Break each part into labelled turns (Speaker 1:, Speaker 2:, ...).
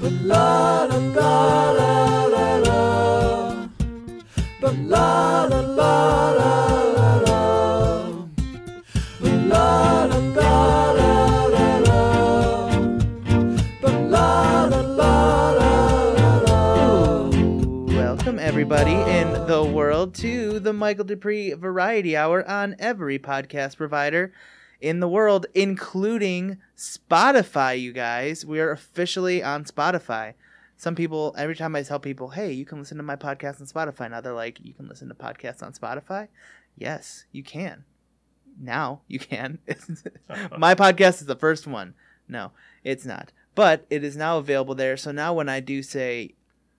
Speaker 1: la la la la la la. But la la la la la la. But la la la la la la. But la la la la la la.
Speaker 2: Welcome, everybody, in the world to the Michael Dupree Variety Hour on every podcast provider in the world, including Spotify, you guys. We are officially on Spotify. Some people, every time I tell people, hey, you can listen to my podcast on Spotify, now they're like, you can listen to podcasts on Spotify? Yes, you can. Now you can. my podcast is the first one. No, it's not. But it is now available there. So now when I do say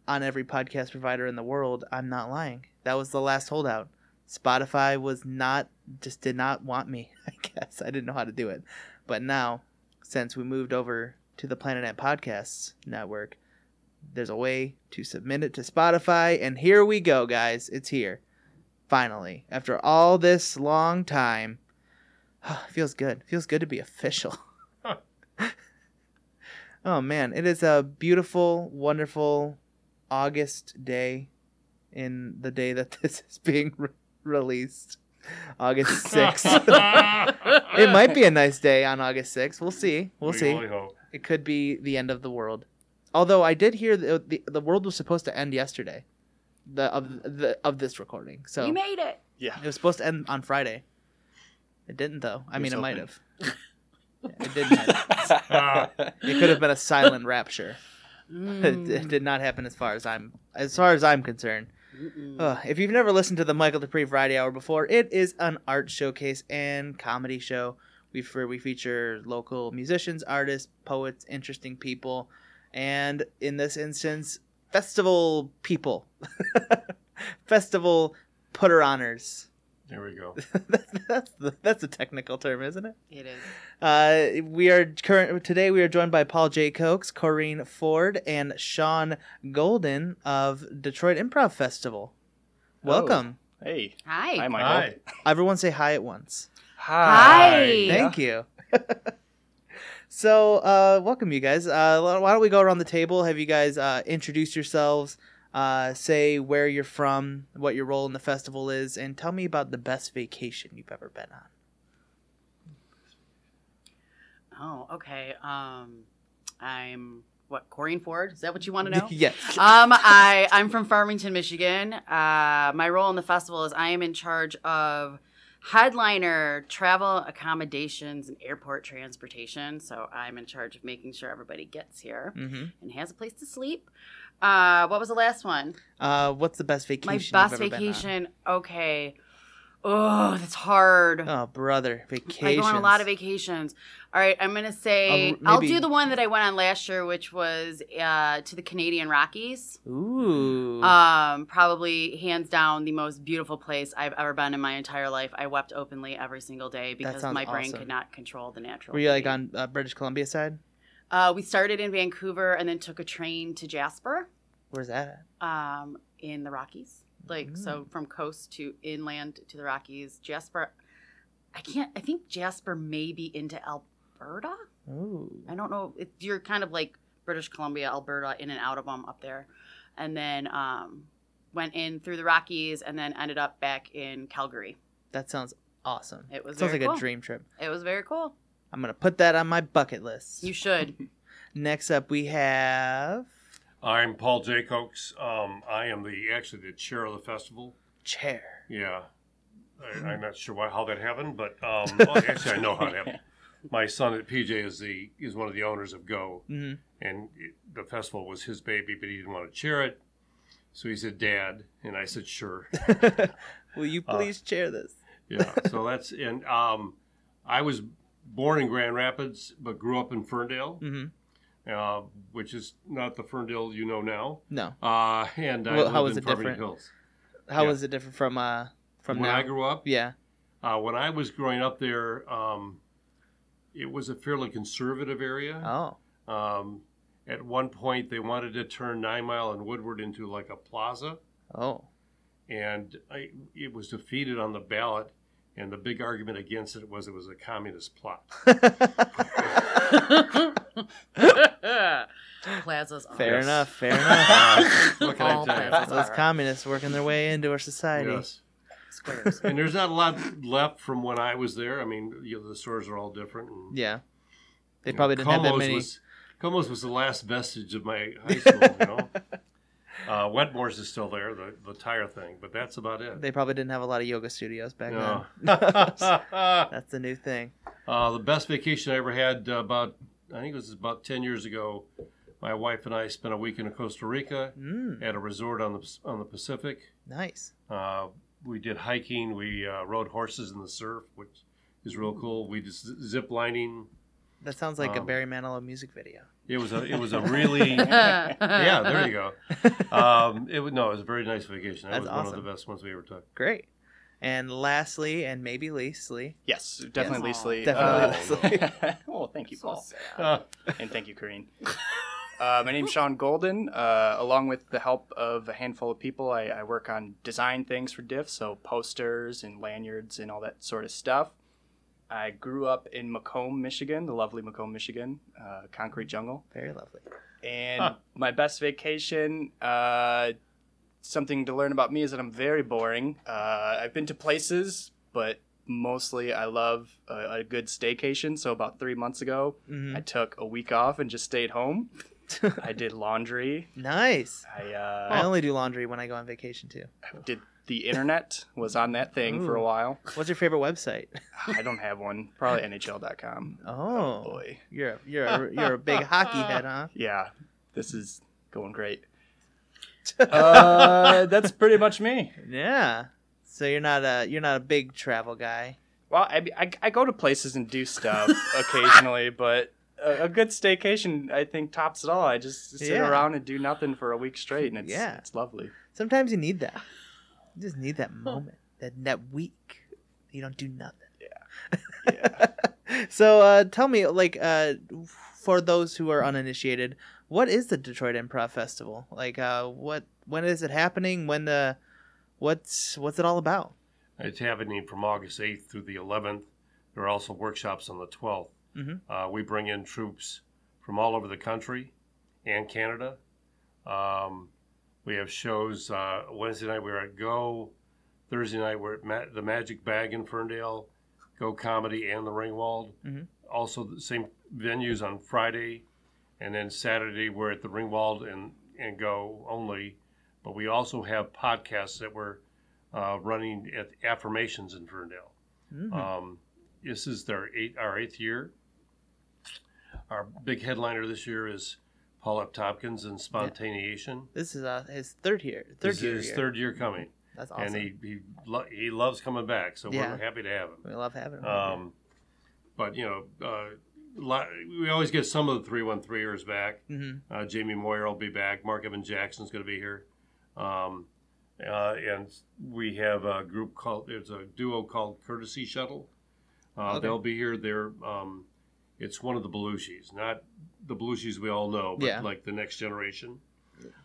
Speaker 2: on every podcast provider in the world, I'm not lying. That was the last holdout. Spotify was not just did not want me, I guess. I didn't know how to do it. But now, since we moved over to the Planet Ant Podcasts network, there's a way to submit it to Spotify and here we go, guys. It's here. Finally. After all this long time. feels good. Feels good to be official.
Speaker 3: Huh.
Speaker 2: oh man, it is a beautiful, wonderful August day in the day that this is being re- released. August 6th. it might be a nice day on August 6th. We'll see. We'll
Speaker 3: We
Speaker 2: see.
Speaker 3: only hope.
Speaker 2: It could be the end of the world. Although I did hear the the, the world was supposed to end yesterday. The of the of this recording. So
Speaker 4: You made it.
Speaker 5: Yeah.
Speaker 2: it was supposed to end on Friday. It didn't though. I
Speaker 5: Here's
Speaker 2: mean, it might
Speaker 5: hoping.
Speaker 2: have. Yeah, it didn't. It could have been a silent rapture. It, it did not happen as far as I'm as far as I'm concerned. Ugh, if you've never listened to the Michael Dupree Variety Hour before, it is an art showcase and comedy show. We where we feature local musicians, artists, poets, interesting people, and in this instance, festival people, festival putter honors.
Speaker 3: There we go.
Speaker 2: that's that's the, that's a technical term, isn't it?
Speaker 4: It is.
Speaker 2: Uh, we are current today. We are joined by Paul J. Cokes, Corrine Ford, and Sean Golden of Detroit Improv Festival. Welcome,
Speaker 5: Hey.
Speaker 4: Hi.
Speaker 5: Hi, Michael.
Speaker 3: Hi.
Speaker 2: everyone! Say hi at once.
Speaker 4: Hi. Yeah.
Speaker 2: Thank you. so, uh, welcome you guys. Uh, why don't we go around the table? Have you guys uh, introduce yourselves? Uh, say where you're from, what your role in the festival is, and tell me about the best vacation you've ever been on.
Speaker 4: Oh, okay. Um, I'm what Corrine Ford. Is that what you want to know?
Speaker 2: yes.
Speaker 4: um, I I'm from Farmington, Michigan. Uh, my role in the festival is I am in charge of headliner travel accommodations and airport transportation. So I'm in charge of making sure everybody gets here
Speaker 2: hmm
Speaker 4: and has a place to sleep. Uh, what was the last one?
Speaker 2: Uh, what's the best vacation?
Speaker 4: My
Speaker 2: you've
Speaker 4: best
Speaker 2: ever been on?
Speaker 4: vacation. Okay. Oh, that's hard.
Speaker 2: Oh, brother,
Speaker 4: I
Speaker 2: vacation.
Speaker 4: go on a lot of vacations. All right, I'm gonna say
Speaker 2: Uh,
Speaker 4: I'll
Speaker 2: maybe-
Speaker 4: do the one that I went on last year, which was uh, to the Canadian Rockies.
Speaker 2: Ooh.
Speaker 4: Um, probably hands down the most beautiful place I've ever been in my entire life. I wept openly every single day because
Speaker 2: sounds
Speaker 4: my brain
Speaker 2: awesome.
Speaker 4: could not control the natural.
Speaker 2: Were you like
Speaker 4: beauty.
Speaker 2: on uh, British Columbia side?
Speaker 4: Uh, we started in Vancouver and then took a train to Jasper,
Speaker 2: Where's that? At?
Speaker 4: um, in the Rockies. Like so,
Speaker 2: Mm.
Speaker 4: from coast to inland to the Rockies. Jasper, I can't. I think Jasper may be into Alberta.
Speaker 2: Ooh.
Speaker 4: I don't know. It, you're kind of like British Columbia, Alberta, in and out of them up there, and then um, went in through the Rockies, and then ended up back in Calgary.
Speaker 2: That sounds awesome.
Speaker 4: It was
Speaker 2: sounds
Speaker 4: very
Speaker 2: like a
Speaker 4: cool.
Speaker 2: dream trip.
Speaker 4: It was very cool.
Speaker 2: I'm gonna put that on my bucket list.
Speaker 4: You should.
Speaker 2: Next up, we have
Speaker 3: I'm Paul Jacobs. Um, I am the actually the chair of the festival.
Speaker 2: chair.
Speaker 3: Yeah. I, I'm not sure why, how that happened, but um, well, actually, I know how it happened. My son at PJ is the is one of the owners of Go,
Speaker 2: hmm
Speaker 3: and it, the festival was his baby, but he didn't want to chair it, so he said, "Dad," and I said, "Sure."
Speaker 2: Will you
Speaker 3: Uh,
Speaker 2: please chair this?
Speaker 3: Yeah, so that's and um, I was born in Grand Rapids, but grew up in Ferndale,
Speaker 2: hmm
Speaker 3: uh, which is not the Ferndale you know now.
Speaker 2: No.
Speaker 3: Uh, and I
Speaker 2: Well,
Speaker 3: lived
Speaker 2: how is
Speaker 3: in
Speaker 2: it
Speaker 3: Farmington
Speaker 2: different
Speaker 3: Hills.
Speaker 2: How
Speaker 3: Yeah.
Speaker 2: was it different from uh from
Speaker 3: when
Speaker 2: now?
Speaker 3: I grew up,
Speaker 2: yeah.
Speaker 3: uh, when I was growing up there, um, it was a fairly conservative area.
Speaker 2: Oh.
Speaker 3: Um, at one point, they wanted to turn Nine Mile and Woodward into like a plaza,
Speaker 2: Oh.
Speaker 3: and I, it was defeated on the ballot.
Speaker 2: Oh.
Speaker 3: And the big argument against it was it was a communist plot.
Speaker 4: Plazas. are-
Speaker 2: Fair
Speaker 3: Yes.
Speaker 2: enough. Fair enough.
Speaker 3: Uh, what can
Speaker 4: All
Speaker 3: I tell
Speaker 4: plazas
Speaker 3: you?
Speaker 2: Those communists working their way into our society.
Speaker 3: Yes.
Speaker 4: Squares.
Speaker 3: And there's not a lot left from when I was there. I mean, you know, the stores are all different. And,
Speaker 2: Yeah. They
Speaker 3: you know,
Speaker 2: probably didn't have that
Speaker 3: Como's
Speaker 2: many.
Speaker 3: Was, Como's was the last vestige of my high school. you know, uh, Wetmore's is still there, the the tire thing, but that's about it.
Speaker 2: They probably didn't have a lot of yoga studios back
Speaker 3: no.
Speaker 2: then. That's the new thing.
Speaker 3: Uh, the best vacation I ever had uh, about I think it was about ten years ago. My wife and I spent a week in Costa Rica
Speaker 2: Mm,
Speaker 3: at a resort on the on the Pacific.
Speaker 2: nice.
Speaker 3: Uh, we did hiking. We uh, rode horses in the surf, which is real cool. We just z- zip lining.
Speaker 2: That sounds like a
Speaker 3: Um,
Speaker 2: Barry Manilow music video.
Speaker 3: It was a it was a really yeah.
Speaker 4: yeah,
Speaker 3: There you go. Um, it was no, it was a very nice vacation. That
Speaker 2: That's
Speaker 3: was one
Speaker 2: awesome.
Speaker 3: of the best ones we ever took.
Speaker 2: Great. And lastly, and maybe leastly,
Speaker 5: Yes, definitely,
Speaker 4: Yes.
Speaker 5: Leesley.
Speaker 2: Definitely
Speaker 5: Uh, well, thank you,
Speaker 4: So
Speaker 5: Paul,
Speaker 4: sad.
Speaker 3: Uh,
Speaker 5: and thank you, Kareen. Uh, my name's Sean Golden. Uh, along with the help of a handful of people, I, I work on design things for Diff, so posters and lanyards and all that sort of stuff. I grew up in Macomb, Michigan, the lovely Macomb, Michigan, uh, concrete jungle.
Speaker 2: very lovely.
Speaker 5: And
Speaker 3: Huh.
Speaker 5: my best vacation, uh, something to learn about me is that I'm very boring. Uh, I've been to places, but mostly I love a, a good staycation. So about three months ago,
Speaker 2: Mhm.
Speaker 5: I took a week off and just stayed home. I did laundry.
Speaker 2: Nice.
Speaker 5: I
Speaker 2: I
Speaker 5: uh,
Speaker 2: only do laundry when I go on vacation too.
Speaker 5: did the internet. Was on that thing for a
Speaker 2: Ooh.
Speaker 5: while.
Speaker 2: What's your favorite website?
Speaker 5: I don't have one. Probably NHL.com.
Speaker 2: Oh,
Speaker 5: boy.
Speaker 2: you're a, you're a, you're a big hockey head, huh?
Speaker 5: Yeah, this is going great. uh, that's pretty much me.
Speaker 2: Yeah. So you're not a you're not a big travel guy.
Speaker 5: Well, I, I, I go to places and do stuff occasionally, but a, a good staycation I think tops it all. I just sit
Speaker 2: Yeah.
Speaker 5: around and do nothing for a week straight, and it's
Speaker 2: Yeah.
Speaker 5: it's lovely.
Speaker 2: Sometimes you need that. You just need that moment, that that week. You don't do nothing.
Speaker 5: Yeah.
Speaker 2: so uh, tell me, like, uh, for those who are uninitiated, what is the Detroit Improv Festival? Like, uh, what when is it happening? When the what's what's it all about?
Speaker 3: It's happening from August 8th through the 11th. There are also workshops on the 12th.
Speaker 2: Mhm.
Speaker 3: Uh, we bring in troops from all over the country and Canada. Um, we have shows uh, Wednesday night we're at Go, Thursday night we're at Ma- the Magic Bag in Ferndale, Go Comedy and the Ringwald.
Speaker 2: Mhm.
Speaker 3: Also the same venues on Friday, and then Saturday we're at the Ringwald and and Go only. But we also have podcasts that we're uh, running at Affirmations in Ferndale.
Speaker 2: Mhm.
Speaker 3: Um, this is their eight, our eighth year. Our big headliner this year is Paul F. Tompkins and Spontaneation.
Speaker 2: this is uh, his third year. Third
Speaker 3: this
Speaker 2: year.
Speaker 3: is his
Speaker 2: here.
Speaker 3: third year coming,
Speaker 2: That's awesome.
Speaker 3: and he he, lo- he loves coming back, so
Speaker 2: Yeah. Mm-hmm.
Speaker 3: we're happy to have him.
Speaker 2: we love having him.
Speaker 3: Um, but you know, uh, lot, we always get some of the three one threeers back.
Speaker 2: hmm
Speaker 3: Uh, Jamie Moyer will be back. Mark Evan Jackson's going to be here. Um, uh, and we have a group called, there's a duo called Courtesy Shuttle. Uh,
Speaker 2: Okay.
Speaker 3: They'll be here. They're, um, it's one of the Belushis, not the Belushis we all know, but
Speaker 2: Yeah. Mm-hmm.
Speaker 3: like the next generation.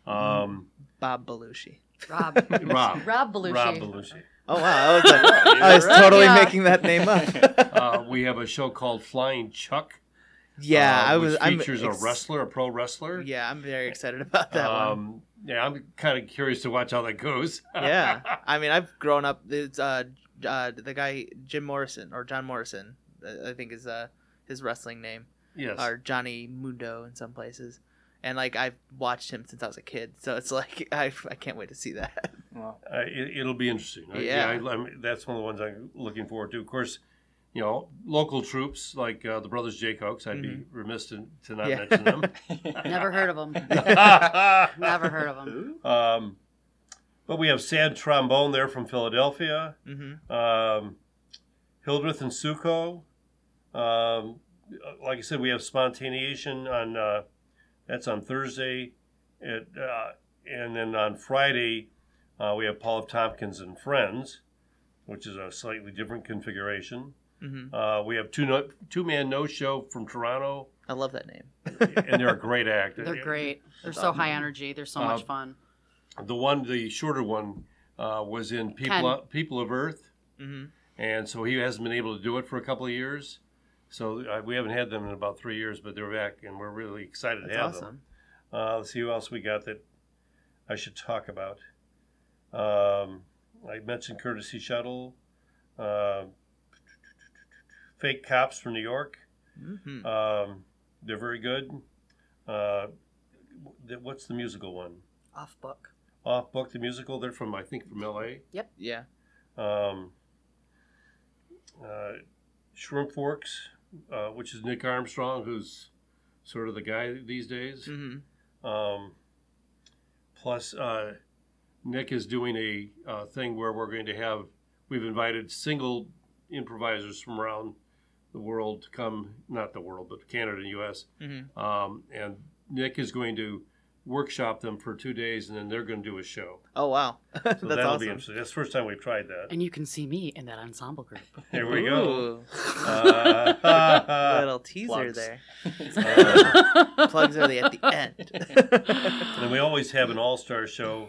Speaker 3: Um,
Speaker 2: Bob Belushi.
Speaker 4: Rob.
Speaker 3: Rob.
Speaker 4: Rob Belushi.
Speaker 3: Rob Belushi.
Speaker 2: Oh wow! I was, like, I
Speaker 5: You're
Speaker 2: was
Speaker 5: right.
Speaker 2: totally
Speaker 4: Yeah.
Speaker 2: making that name up.
Speaker 3: Uh, we have a show called Flying Chuck.
Speaker 2: yeah,
Speaker 3: uh,
Speaker 2: I was.
Speaker 3: Which
Speaker 2: I'm
Speaker 3: features
Speaker 2: ex-
Speaker 3: a wrestler, a pro wrestler.
Speaker 2: Yeah, I'm very excited about that one.
Speaker 3: um, Yeah, I'm kind of curious to watch how that goes.
Speaker 2: yeah i mean i've grown up it's uh, uh the guy jim morrison or john morrison uh, i think is uh his wrestling name
Speaker 3: yes.
Speaker 2: or johnny mundo in some places and like i've watched him since i was a kid so it's like i, I can't wait to see that
Speaker 5: Well,
Speaker 3: Uh, it, it'll be interesting. I-
Speaker 2: Yeah.
Speaker 3: I, I'm, that's one of the ones I'm looking forward to. Of course, you know, local troops like uh, the Brothers Jacobs. I'd be remiss to, to not
Speaker 2: Mm-hmm. Yeah.
Speaker 3: mention them.
Speaker 4: Never heard of him. Never heard of him.
Speaker 3: um, but we have Sad Trombone there from Philadelphia.
Speaker 2: hmm
Speaker 3: Um, Hildreth and Suko. Um, like I said, we have Spontaneation on uh, that's on Thursday, at, uh, and then on Friday uh, we have Paul F. Tompkins and Friends, which is a slightly different configuration.
Speaker 2: hmm
Speaker 3: Uh, we have two no, two man no show from Toronto,
Speaker 2: i love that name
Speaker 3: and they're a great act.
Speaker 4: They're great. They're so high energy. They're so much
Speaker 3: Um,
Speaker 4: fun.
Speaker 3: The one, the shorter one, uh, was in People
Speaker 4: Ken.
Speaker 3: People of Earth.
Speaker 2: hmm
Speaker 3: and so he hasn't been able to do it for a couple of years. So uh, we haven't had them in about three years, but they're back, and we're really excited
Speaker 2: That's
Speaker 3: to have them.
Speaker 2: awesome.
Speaker 3: Uh, let's see who else we got that I should talk about. Um, I mentioned Courtesy Shuttle, uh, Fake Cops from New York.
Speaker 2: hmm
Speaker 3: Um, they're very good. Uh, th- what's the musical one?
Speaker 4: Off book.
Speaker 3: Off Book the Musical. They're from, I think, from LA.
Speaker 2: Yeah.
Speaker 3: Um, uh, Shrimp Forks, uh, which is Nick Armstrong, who's sort of the guy these days.
Speaker 2: hmm
Speaker 3: Um, plus, uh, Nick is doing a uh, thing where we're going to have, we've invited single improvisers from around the world to come, not the world, but Canada and US.
Speaker 2: hmm
Speaker 3: Um, and Nick is going to workshop them for two days and then they're going to do a show.
Speaker 2: Oh wow, that's
Speaker 3: So that'll be
Speaker 2: awesome.
Speaker 3: interesting. That's the first time we've tried that.
Speaker 4: And you can see me in that ensemble group.
Speaker 3: There we go.
Speaker 2: Ooh,
Speaker 3: Uh,
Speaker 2: little teaser
Speaker 5: Plugs.
Speaker 2: there.
Speaker 3: uh,
Speaker 2: Plugs are the at the end.
Speaker 3: and we always have an all star show.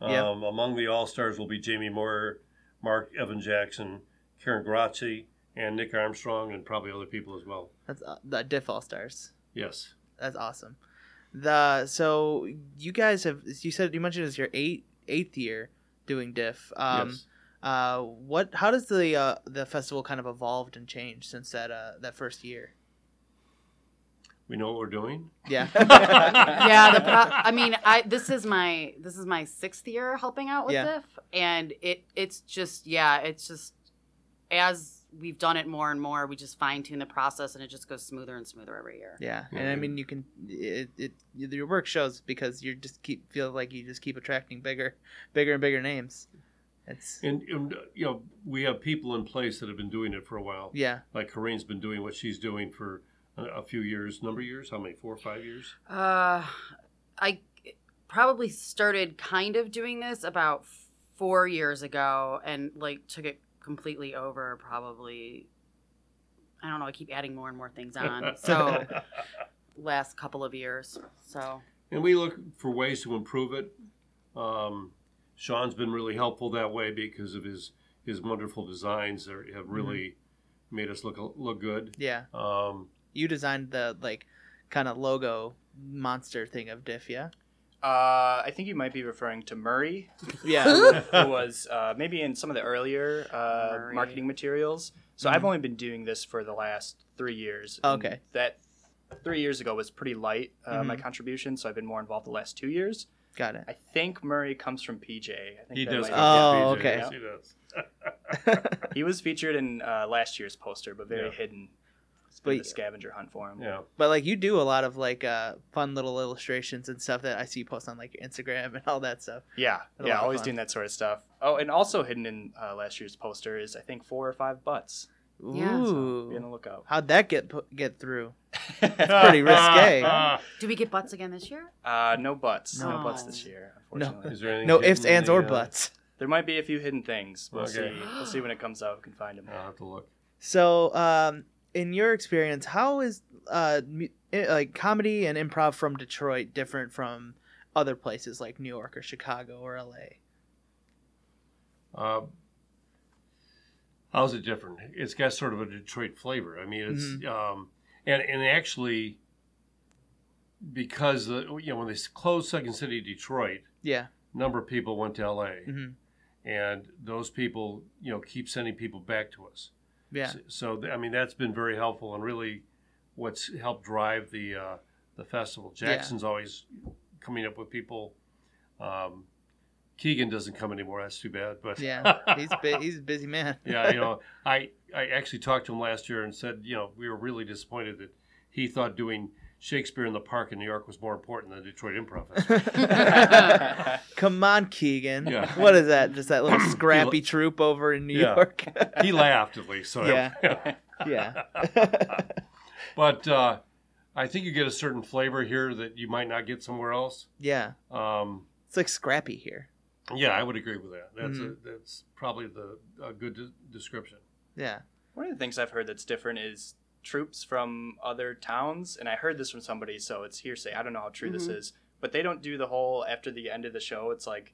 Speaker 3: Um,
Speaker 2: Yeah.
Speaker 3: Among the all stars will be Jamie Moore, Mark Evan Jackson, Karen Grazzi, and Nick Armstrong, and probably other people as well.
Speaker 2: that's uh, the Diff All Stars.
Speaker 3: Yes.
Speaker 2: That's awesome. The so you guys have you said you mentioned it's your eight eighth year doing Diff. Um,
Speaker 3: yes.
Speaker 2: Uh, what? How does the uh, the festival kind of evolved and changed since that uh, that first year?
Speaker 3: We know what we're doing.
Speaker 2: Yeah.
Speaker 4: yeah, the pro- I mean, I this is my this is my sixth year helping out with
Speaker 2: Yeah.
Speaker 4: DIF, and it it's just yeah, it's just as we've done it more and more, we just fine tune the process, and it just goes smoother and smoother every year.
Speaker 2: yeah, and I mean you can it, it your work shows because you just keep feel like you just keep attracting bigger, bigger and bigger names. It's
Speaker 3: And, and, uh, you know, we have people in place that have been doing it for a while.
Speaker 2: yeah,
Speaker 3: Like Corrine's been doing what she's doing for a, a few years, number of years, how many, four or five years?
Speaker 4: Uh, I probably started kind of doing this about four years ago, and like took it completely over. Probably, I don't know. I keep adding more and more things on. So last couple of years. So
Speaker 3: and we look for ways to improve it. Um, Sean's been really helpful that way because of his his wonderful designs are, have really made us look look good.
Speaker 2: yeah.
Speaker 3: Um,
Speaker 2: You designed the like kind of logo monster thing of Diff, yeah,
Speaker 5: Uh, I think you might be referring to Murray,
Speaker 2: yeah.
Speaker 5: who was uh, maybe in some of the earlier uh,
Speaker 4: Murray.
Speaker 5: marketing materials. So I've only been doing this for the last three years. and
Speaker 2: Okay.
Speaker 5: That three years ago was pretty light, uh, my
Speaker 2: Mhm.
Speaker 5: contribution, so I've been more involved the last two years.
Speaker 2: Got it.
Speaker 5: I think Murray comes from PJ. I think
Speaker 3: he
Speaker 5: that
Speaker 3: does.
Speaker 5: might-
Speaker 2: come
Speaker 5: yeah.
Speaker 2: from Oh,
Speaker 3: PJ,
Speaker 2: okay.
Speaker 3: yes, he does.
Speaker 5: He was featured in uh, last year's poster, but very
Speaker 3: Yeah.
Speaker 5: hidden. It's
Speaker 2: But-
Speaker 5: been the scavenger hunt for him.
Speaker 3: Yeah.
Speaker 2: But like you do a lot of like uh fun little illustrations and stuff that I see you post on like your Instagram and all that stuff.
Speaker 5: Yeah,
Speaker 2: Had a lot
Speaker 5: yeah,
Speaker 2: of
Speaker 5: always
Speaker 2: fun.
Speaker 5: doing that sort of stuff. Oh, and also hidden in uh, last year's poster is I think four or five butts.
Speaker 2: Ooh.
Speaker 4: Yeah.
Speaker 5: So be on the lookout.
Speaker 2: How'd that get pu- get through? pretty risque.
Speaker 4: do we get butts again this year?
Speaker 5: uh, no butts, no.
Speaker 4: No.
Speaker 5: butts this year, unfortunately.
Speaker 3: Is there anything
Speaker 2: No
Speaker 3: hidden
Speaker 2: ifs,
Speaker 3: in
Speaker 2: ands,
Speaker 3: the,
Speaker 2: or
Speaker 3: uh,
Speaker 2: buts.
Speaker 5: There might be a few hidden things. We'll
Speaker 3: Okay.
Speaker 5: see. We'll see when it comes out. We can find them.
Speaker 3: I'll have to look.
Speaker 2: So, um, in your experience, how is uh mu- i- like comedy and improv from Detroit different from other places like New York or Chicago or LA?
Speaker 3: Uh, how's it different? It's got sort of a Detroit flavor. I mean, it's
Speaker 2: Mm-hmm.
Speaker 3: um, and and actually because the you know when they closed Second City Detroit,
Speaker 2: Yeah.
Speaker 3: number of people went to LA,
Speaker 2: hmm
Speaker 3: and those people you know keep sending people back to us.
Speaker 2: Yeah.
Speaker 3: So, so th- I mean, that's been very helpful and really what's helped drive the uh, the festival.
Speaker 2: Yeah.
Speaker 3: Jackson's always coming up with people. Um, Keegan doesn't come anymore. That's too bad. But
Speaker 2: Yeah. He's bu- he's a busy man.
Speaker 3: yeah, you know, I I actually talked to him last year and said, you know, we were really disappointed that he thought doing Shakespeare in the Park in New York was more important than Detroit Improv Festival. Uh-huh.
Speaker 2: Come on, Keegan.
Speaker 3: Yeah.
Speaker 2: What is that? Just that little scrappy troop over in New
Speaker 3: Yeah.
Speaker 2: York.
Speaker 3: he laughed at least. So
Speaker 2: Yeah. yeah.
Speaker 3: but uh, I think you get a certain flavor here that you might not get somewhere else.
Speaker 2: Yeah.
Speaker 3: Um,
Speaker 2: It's like scrappy here.
Speaker 3: yeah, I would agree with that. That's
Speaker 2: Mm-hmm.
Speaker 3: a, that's probably the a good de- description.
Speaker 2: Yeah.
Speaker 5: One of the things I've heard that's different is troops from other towns, and I heard this from somebody,
Speaker 2: Mm-hmm.
Speaker 5: so it's hearsay. I don't know how true this is, but they don't do the whole after the end of the show. It's like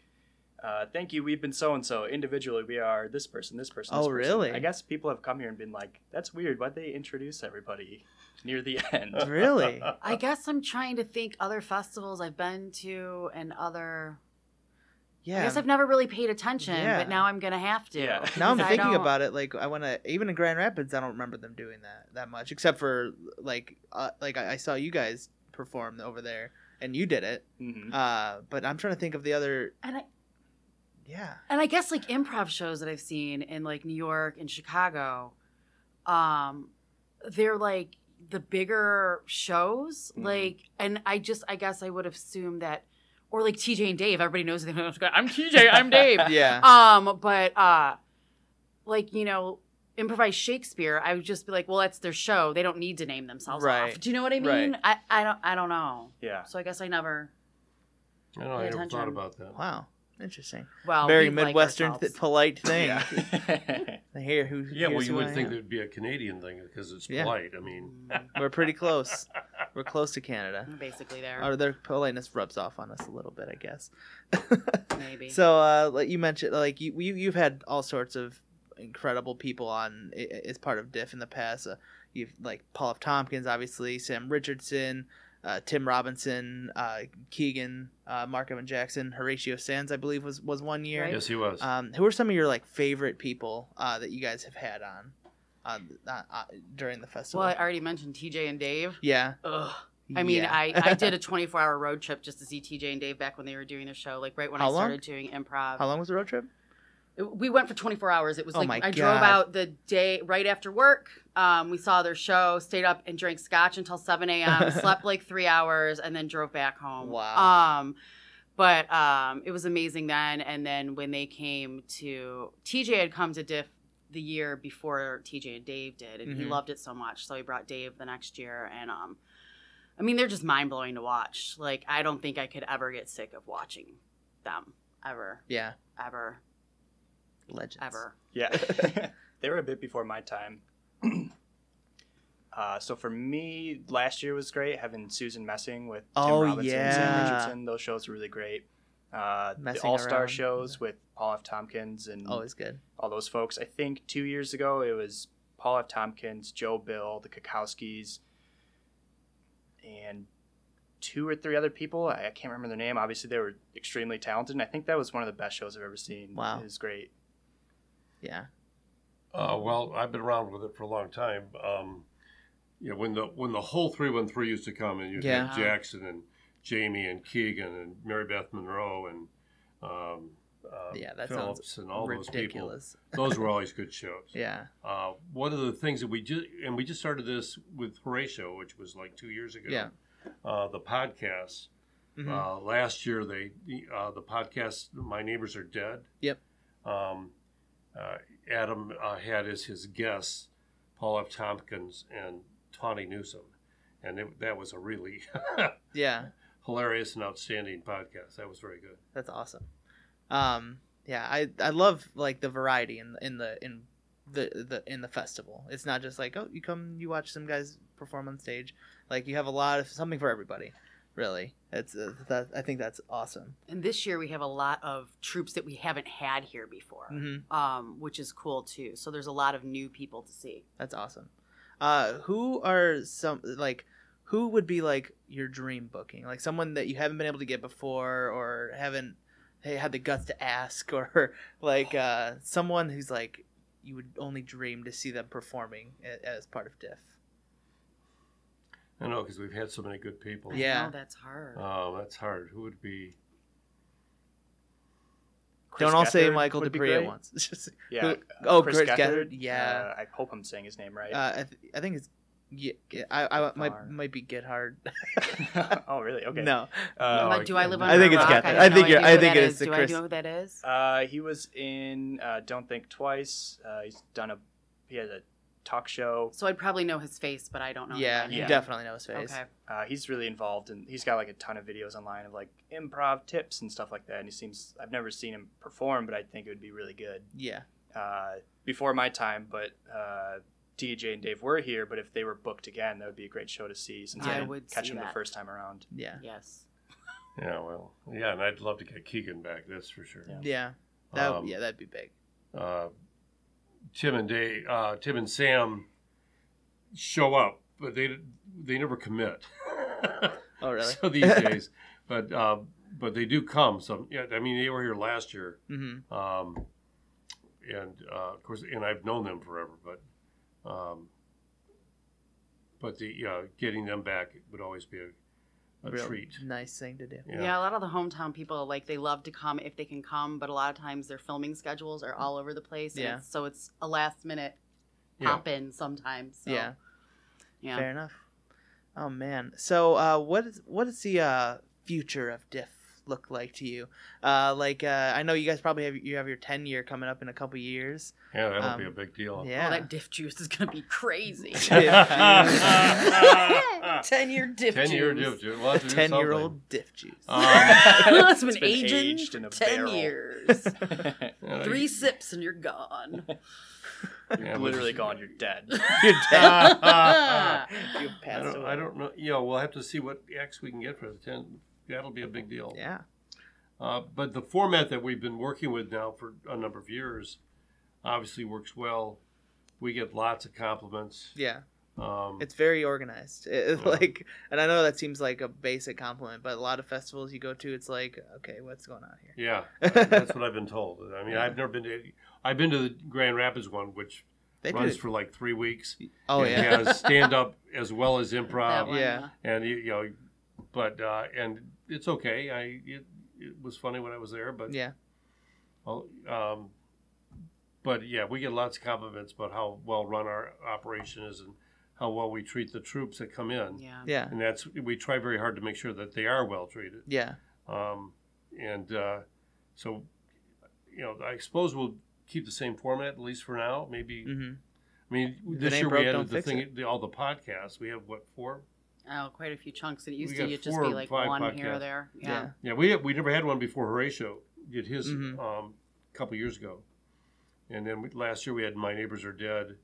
Speaker 5: uh, thank you, we've been so and so. Individually, we are this person, this person. this
Speaker 2: Oh,
Speaker 5: person.
Speaker 2: really?
Speaker 5: I guess people have come here and been like, that's weird. Why'd they introduce everybody near the end?
Speaker 2: Really?
Speaker 4: I guess I'm trying to think other festivals I've been to and other. I
Speaker 2: Yeah.
Speaker 4: guess I've never really paid attention,
Speaker 2: Yeah.
Speaker 4: but now I'm gonna have to.
Speaker 5: Yeah.
Speaker 2: Now I'm
Speaker 4: because I
Speaker 2: thinking
Speaker 4: don't-
Speaker 2: about it. Like I want to even in Grand Rapids, I don't remember them doing that that much, except for like uh, like I, I saw you guys perform over there, and you did it.
Speaker 5: Mhm.
Speaker 2: Uh, but I'm trying to think of the other.
Speaker 4: And I
Speaker 2: Yeah.
Speaker 4: and I guess like improv shows that I've seen in like New York and Chicago, um, they're like the bigger shows.
Speaker 2: Mm-hmm.
Speaker 5: Mhm.
Speaker 4: Like, and I just I guess I would assume that, or like TJ and Dave. Everybody knows they I'm TJ. I'm Dave.
Speaker 2: Yeah.
Speaker 4: um but uh like you know improvised shakespeare i would just be like well that's their show they don't need to name themselves
Speaker 2: Right.
Speaker 4: off do you know what i
Speaker 2: Right.
Speaker 4: mean I, I don't i don't know
Speaker 5: Yeah.
Speaker 4: so i guess i never
Speaker 3: I
Speaker 4: Pay
Speaker 3: don't know. I never
Speaker 4: attention.
Speaker 3: thought about that.
Speaker 2: Wow. Interesting.
Speaker 4: well
Speaker 2: Very
Speaker 4: we like
Speaker 2: Midwestern,
Speaker 4: ourselves.
Speaker 2: th- polite thing.
Speaker 5: Yeah.
Speaker 2: I hear who.
Speaker 3: Yeah, well,
Speaker 2: here's
Speaker 3: you
Speaker 2: who
Speaker 3: would
Speaker 2: I
Speaker 3: think
Speaker 2: am.
Speaker 3: there'd be a Canadian thing because it's
Speaker 2: Yeah.
Speaker 3: polite. I mean,
Speaker 2: we're pretty close. We're close to Canada.
Speaker 4: Mm, Mm-hmm. basically there
Speaker 2: Or their politeness rubs off on us a little bit, I guess.
Speaker 4: maybe
Speaker 2: So, uh, like you mentioned, like you, you you've had all sorts of incredible people on i- i- as part of Diff in the past. Uh, you've like Paul F. Tompkins, obviously, Sam Richardson, uh, Tim Robinson, uh, Keegan, uh, Mark Evan Jackson, Horatio Sands, I believe was was one year.
Speaker 4: Right.
Speaker 3: yes, he was.
Speaker 2: Um, who are some of your like favorite people uh, that you guys have had on on uh, uh, during the festival?
Speaker 4: well i already mentioned tj and dave
Speaker 2: yeah,
Speaker 4: Ugh. I mean,
Speaker 2: Yeah.
Speaker 4: I, I did a 24 hour road trip just to see TJ and Dave back when they were doing their show, like right when
Speaker 2: How
Speaker 4: I
Speaker 2: long?
Speaker 4: started doing improv.
Speaker 2: How long was the road trip?
Speaker 4: It- we went for 24 hours it was
Speaker 2: Oh
Speaker 4: like
Speaker 2: my
Speaker 4: i drove
Speaker 2: God.
Speaker 4: out the day right after work um, we saw their show stayed up and drank scotch until 7 a.m slept like three hours and then drove back home
Speaker 2: Wow.
Speaker 4: um, but um, it was amazing then and then when they came to tj had come to diff the year before tj and dave did and he
Speaker 2: Mhm.
Speaker 4: loved it so much so he brought dave the next year and um, i mean they're just mind-blowing to watch like i don't think i could ever get sick of watching them ever
Speaker 2: Yeah,
Speaker 4: ever
Speaker 2: legends.
Speaker 4: ever
Speaker 5: Yeah. they were a bit before my time. Uh, so for me, last year was great having Susan Messing with Tim
Speaker 2: Oh,
Speaker 5: Robinson, Sam
Speaker 2: yeah.
Speaker 5: Richardson. Those shows were really great. Uh, the
Speaker 2: Messing
Speaker 5: All Star
Speaker 2: around.
Speaker 5: shows with Paul F. Tompkins and
Speaker 2: Always good.
Speaker 5: all those folks. I think two years ago it was Paul F. Tompkins, Joe Bill, the Kakowskis, and two or three other people. I I can't remember their name. Obviously, they were extremely talented, and I think that was one of the best shows I've ever seen.
Speaker 2: Wow.
Speaker 5: It was great.
Speaker 2: Yeah.
Speaker 3: Uh, well, I've been around with it for a long time. Um, yeah, when the when the whole three one three used to come, and you
Speaker 2: Yeah.
Speaker 3: had Jackson and Jamie and Keegan and Mary Beth Monroe and um, uh,
Speaker 2: Yeah, that sounds
Speaker 3: Phillips and all
Speaker 2: Ridiculous.
Speaker 3: those people. Those were always good shows.
Speaker 2: Yeah.
Speaker 3: Uh, one of the things that we did, and we just started this with Horatio, which was like two years ago.
Speaker 2: Yeah.
Speaker 3: Uh, the podcast.
Speaker 2: Mhm.
Speaker 3: Uh, last year, they the, uh, the podcast "My Neighbors Are Dead."
Speaker 2: Yep.
Speaker 3: Um, uh, Adam uh, had as his guests Paul F. Tompkins and Tawny Newsom, and it, that was a really
Speaker 2: yeah,
Speaker 3: hilarious and outstanding podcast. That was very good.
Speaker 2: that's awesome. Um, yeah, I I love like the variety in in the in the the in the festival. It's not just like oh you come you watch some guys perform on stage. Like you have a lot of something for everybody. Really, it's uh, that I think that's awesome.
Speaker 4: And this year we have a lot of troops that we haven't had here before,
Speaker 2: hmm
Speaker 4: um, which is cool too. So there's a lot of new people to see.
Speaker 2: That's awesome. Uh, who are some like who would be like your dream booking? Like someone that you haven't been able to get before or haven't hey, had the guts to ask or like uh, someone who's like you would only dream to see them performing a- as part of Diff.
Speaker 3: I know because we've had so many good people.
Speaker 2: Yeah.
Speaker 4: I know that's hard.
Speaker 3: Oh, that's hard. Who would be?
Speaker 5: Chris
Speaker 2: Don't all say
Speaker 5: Gethard
Speaker 2: Michael
Speaker 5: would be
Speaker 2: Dupree at
Speaker 5: great.
Speaker 2: once. Just-
Speaker 5: Yeah.
Speaker 2: Who- oh,
Speaker 5: Chris
Speaker 2: Chris Gethard.
Speaker 5: Gethard,
Speaker 2: Yeah.
Speaker 5: Uh, I hope I'm saying his name right.
Speaker 2: Uh, I, th- I think it's yeah, I, I, might
Speaker 5: Gethard.
Speaker 2: might be Get Hard.
Speaker 5: oh, really? Okay.
Speaker 2: no,
Speaker 5: Uh,
Speaker 4: I'm like, do I live
Speaker 3: I
Speaker 4: under
Speaker 2: think
Speaker 4: a
Speaker 2: it's
Speaker 4: rock?
Speaker 2: Gethard.
Speaker 4: have
Speaker 2: I
Speaker 4: no
Speaker 2: think you're-
Speaker 4: idea
Speaker 2: I
Speaker 4: who
Speaker 2: think
Speaker 4: that
Speaker 2: it is
Speaker 4: is.
Speaker 2: the
Speaker 4: Do
Speaker 2: Chris-
Speaker 4: I know who that is?
Speaker 5: Uh, he was in uh, Don't Think Twice. Uh, he's done a he has a talk show.
Speaker 4: So I'd probably know his face, but I don't know. him
Speaker 2: yeah,
Speaker 4: by
Speaker 2: you
Speaker 5: Yeah.
Speaker 4: name.
Speaker 2: definitely know his face.
Speaker 4: Oh, Okay.
Speaker 5: Uh, he's really involved and he's got like a ton of videos online of like improv tips and stuff like that. And he seems I've never seen him perform, but I think it would be really good.
Speaker 2: Yeah,
Speaker 5: Uh, before my time, but uh, TJ and Dave were here. But if they were booked again, that would be a great show to see. Since
Speaker 4: I
Speaker 5: I, didn't
Speaker 4: would
Speaker 5: catch
Speaker 4: see
Speaker 5: him the
Speaker 4: that.
Speaker 5: first time around.
Speaker 2: yeah.
Speaker 4: Yes.
Speaker 3: Yeah, well, yeah, and I'd love to get Keegan back. That's for sure.
Speaker 5: Yeah.
Speaker 2: Yeah. That
Speaker 3: Um,
Speaker 2: yeah, that'd be big.
Speaker 3: uh, Tim and Dave, uh, Tim and Sam show up, but they they never commit.
Speaker 2: Oh really?
Speaker 3: so these days, but uh, but they do come. Some, yeah, I mean, they were here last year,
Speaker 2: hmm
Speaker 3: um, and uh, of course, and I've known them forever, but um, but the yeah, getting them back would always be a, a
Speaker 2: Real
Speaker 3: treat.
Speaker 2: Nice thing to do.
Speaker 4: Yeah.
Speaker 3: yeah,
Speaker 4: a lot of the hometown people like they love to come if they can come, but a lot of times their filming schedules are all over the place. and
Speaker 2: Yeah.
Speaker 4: it's- so it's a last minute
Speaker 3: yeah.
Speaker 4: pop in sometimes. So,
Speaker 2: yeah,
Speaker 4: yeah.
Speaker 2: fair enough. Oh man. So uh what is what is the uh future of diff look like to you? Uh like uh I know you guys probably have you have your 10 year coming up in a couple years.
Speaker 3: Yeah, that'll be a
Speaker 2: Um,
Speaker 3: big deal.
Speaker 4: Oh,
Speaker 2: Yeah.
Speaker 4: that diff juice is gonna be crazy.
Speaker 3: Uh,
Speaker 4: Ten year diff
Speaker 3: Ten
Speaker 4: juice.
Speaker 3: year diff juice. We'll have to do
Speaker 2: 10 year
Speaker 3: something.
Speaker 2: old diff juice.
Speaker 3: Um,
Speaker 4: it's been,
Speaker 5: It's been
Speaker 4: aging
Speaker 5: aged in
Speaker 4: for
Speaker 5: a
Speaker 4: ten
Speaker 5: barrel.
Speaker 4: years.
Speaker 3: and I-
Speaker 4: Three sips and you're gone.
Speaker 3: yeah, but-
Speaker 5: Literally gone. You're dead.
Speaker 2: You're dead.
Speaker 3: I
Speaker 2: You've passed
Speaker 3: don't,
Speaker 2: away.
Speaker 3: I don't know. You know, we'll have to see what X we can get for the ten. That'll be a big deal.
Speaker 2: Yeah.
Speaker 3: Uh, but the format that we've been working with now for a number of years obviously works well. We get lots of compliments.
Speaker 2: Yeah.
Speaker 3: Um,
Speaker 2: It's very organized. It- it,
Speaker 3: Yeah.
Speaker 2: like, and I know that seems like a basic compliment, but a lot of festivals you go to, it's like, okay, what's going on here?
Speaker 3: yeah, that's what I've been told. I mean, I've never been to. I've been to the Grand Rapids one, which
Speaker 2: They
Speaker 3: runs
Speaker 2: do.
Speaker 3: for like three weeks.
Speaker 2: oh
Speaker 3: It
Speaker 2: yeah.
Speaker 3: has stand up as well as improv.
Speaker 4: That one,
Speaker 2: yeah.
Speaker 3: and you, you know, but uh, and it's okay. I it, it was funny when I was there, but
Speaker 2: yeah.
Speaker 3: well, um, but yeah, we get lots of compliments about how well run our operation is and how well we treat the troops that come in,
Speaker 4: Yeah.
Speaker 2: Yeah.
Speaker 3: and that's we try very hard to make sure that they are well treated.
Speaker 2: Yeah.
Speaker 3: Um, and uh, so, you know, I suppose we'll keep the same format at least for now. Maybe
Speaker 2: hmm
Speaker 3: I mean
Speaker 2: If
Speaker 3: this
Speaker 2: it ain't
Speaker 3: year
Speaker 2: broke,
Speaker 3: we
Speaker 2: don't
Speaker 3: added the
Speaker 2: fix
Speaker 3: thing, the, all the podcasts. We have what four?
Speaker 4: Oh, quite a few chunks. It used
Speaker 3: We
Speaker 4: to
Speaker 3: got
Speaker 4: you'd just
Speaker 3: four
Speaker 4: be
Speaker 3: or
Speaker 4: like
Speaker 3: five
Speaker 4: one here or
Speaker 3: podcasts.
Speaker 4: there. Yeah.
Speaker 2: Yeah.
Speaker 3: Yeah, we we never had one before Horatio did his
Speaker 2: Mhm.
Speaker 3: um, a couple years ago, and then we, last year we had My Neighbors Are Dead,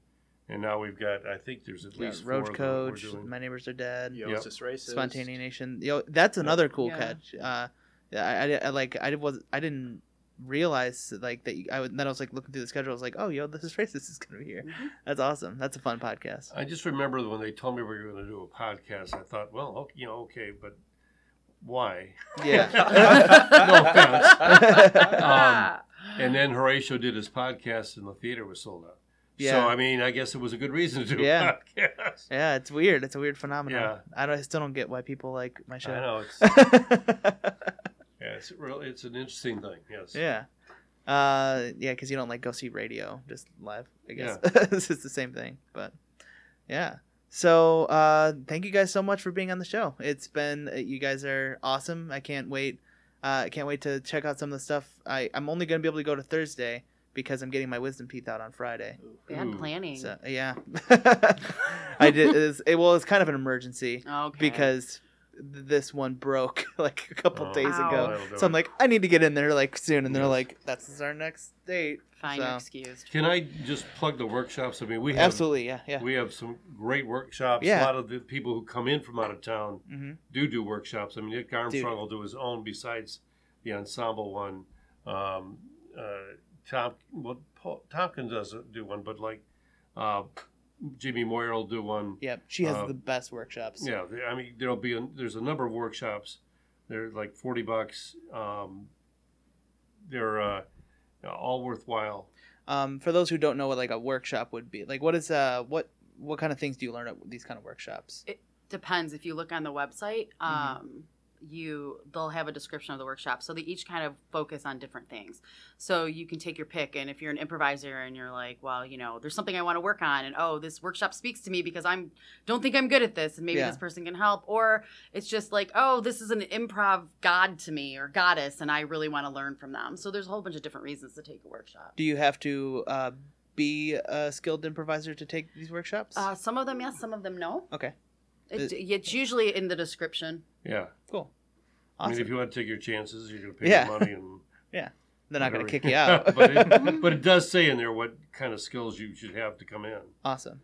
Speaker 3: and now we've got I think there's at
Speaker 2: Yeah,
Speaker 3: least
Speaker 2: Road
Speaker 3: four
Speaker 2: coach.
Speaker 3: Of them that we're doing.
Speaker 2: My neighbors are dead.
Speaker 5: Yo,
Speaker 3: Yep.
Speaker 5: it's just racist.
Speaker 2: Spontaneous nation. Yo, that's another cool
Speaker 4: Yeah.
Speaker 2: catch. Uh, I, I, I like I was I didn't realize like that. You, I would, then I was like looking through the schedule. I was like, oh yo, this is racist is gonna be here.
Speaker 4: Mhm.
Speaker 2: That's awesome. That's a fun podcast.
Speaker 3: I just remember when they told me we were going to do a podcast, I thought, well, okay, you know, okay, but why?
Speaker 2: Yeah.
Speaker 3: no offense.
Speaker 4: Ah.
Speaker 3: Um, And then Horatio did his podcast, and the theater was sold out. So
Speaker 2: Yeah.
Speaker 3: I mean, I guess it was a good reason to do
Speaker 2: Yeah.
Speaker 3: a podcast.
Speaker 2: yeah, it's weird. It's a weird phenomenon.
Speaker 3: Yeah.
Speaker 2: I don't. I still don't get why people like my show.
Speaker 3: I know it's yeah, it's real. It's an interesting thing. Yes.
Speaker 2: yeah. Uh, yeah, because you don't like go see radio just live. I guess it's just the same thing, but yeah. So uh, thank you guys so much for being on the show. It's been uh, you guys are awesome. I can't wait. Uh, I can't wait to check out some of the stuff. I I'm only gonna be able to go to Thursday because I'm getting my wisdom teeth out on Friday.
Speaker 4: Bad
Speaker 3: Ooh.
Speaker 4: planning.
Speaker 2: So yeah, I did. It was, it, well, it's kind of an emergency
Speaker 4: okay.
Speaker 2: because th- this one broke like a couple
Speaker 3: Oh,
Speaker 2: days
Speaker 4: Wow.
Speaker 2: ago.
Speaker 3: that'll do
Speaker 2: So I'm
Speaker 3: it.
Speaker 2: like, I need to get in there like soon, and they're
Speaker 3: Yes.
Speaker 2: like, "That's our next date."
Speaker 4: fine,
Speaker 2: so-
Speaker 4: you're excused.
Speaker 3: Can I just plug the workshops? I mean, we have
Speaker 2: Absolutely, yeah, yeah.
Speaker 3: We have some great workshops.
Speaker 2: Yeah.
Speaker 3: A lot of the people who come in from out of town
Speaker 2: hmm
Speaker 3: do do workshops. I mean, Nick Armstrong will do his own besides the ensemble one. Um, uh, Tom, well, Paul, Tompkins doesn't do one, but like uh, Jimmy Moyer will do one.
Speaker 2: Yep, she has
Speaker 3: Uh,
Speaker 2: the best workshops.
Speaker 3: Yeah, they- I mean, there'll be a, there's a number of workshops. They're like forty bucks. Um, they're uh, all worthwhile.
Speaker 2: Um, for those who don't know what like a workshop would be, like what is uh what what kind of things do you learn at these kind of workshops?
Speaker 4: Depends. If you look on the website, um, you they'll have a description of the workshop. So they each kind of focus on different things. So you can take your pick. And if you're an improviser and you're like, well, you know, there's something I want to work on, and oh, this workshop speaks to me because I'm don't think I'm good at this, and maybe
Speaker 2: Yeah.
Speaker 4: this person can help. Or it's just like, oh, this is an improv god to me or goddess, and I really want to learn from them. So there's a whole bunch of different reasons to take a workshop.
Speaker 2: Do you have to uh, be a skilled improviser to take these workshops?
Speaker 4: Uh, some of them, yes. Some of them, no.
Speaker 2: Okay.
Speaker 4: It, it's usually in the description.
Speaker 3: Yeah,
Speaker 2: cool,
Speaker 3: I
Speaker 2: awesome.
Speaker 3: mean, if you want to take your chances, you're gonna pay
Speaker 2: Yeah.
Speaker 3: your money and.
Speaker 2: They're not gonna
Speaker 3: Whatever.
Speaker 2: kick you out.
Speaker 3: but, it, but it does say in there what kind of skills you should have to come in.
Speaker 2: Awesome.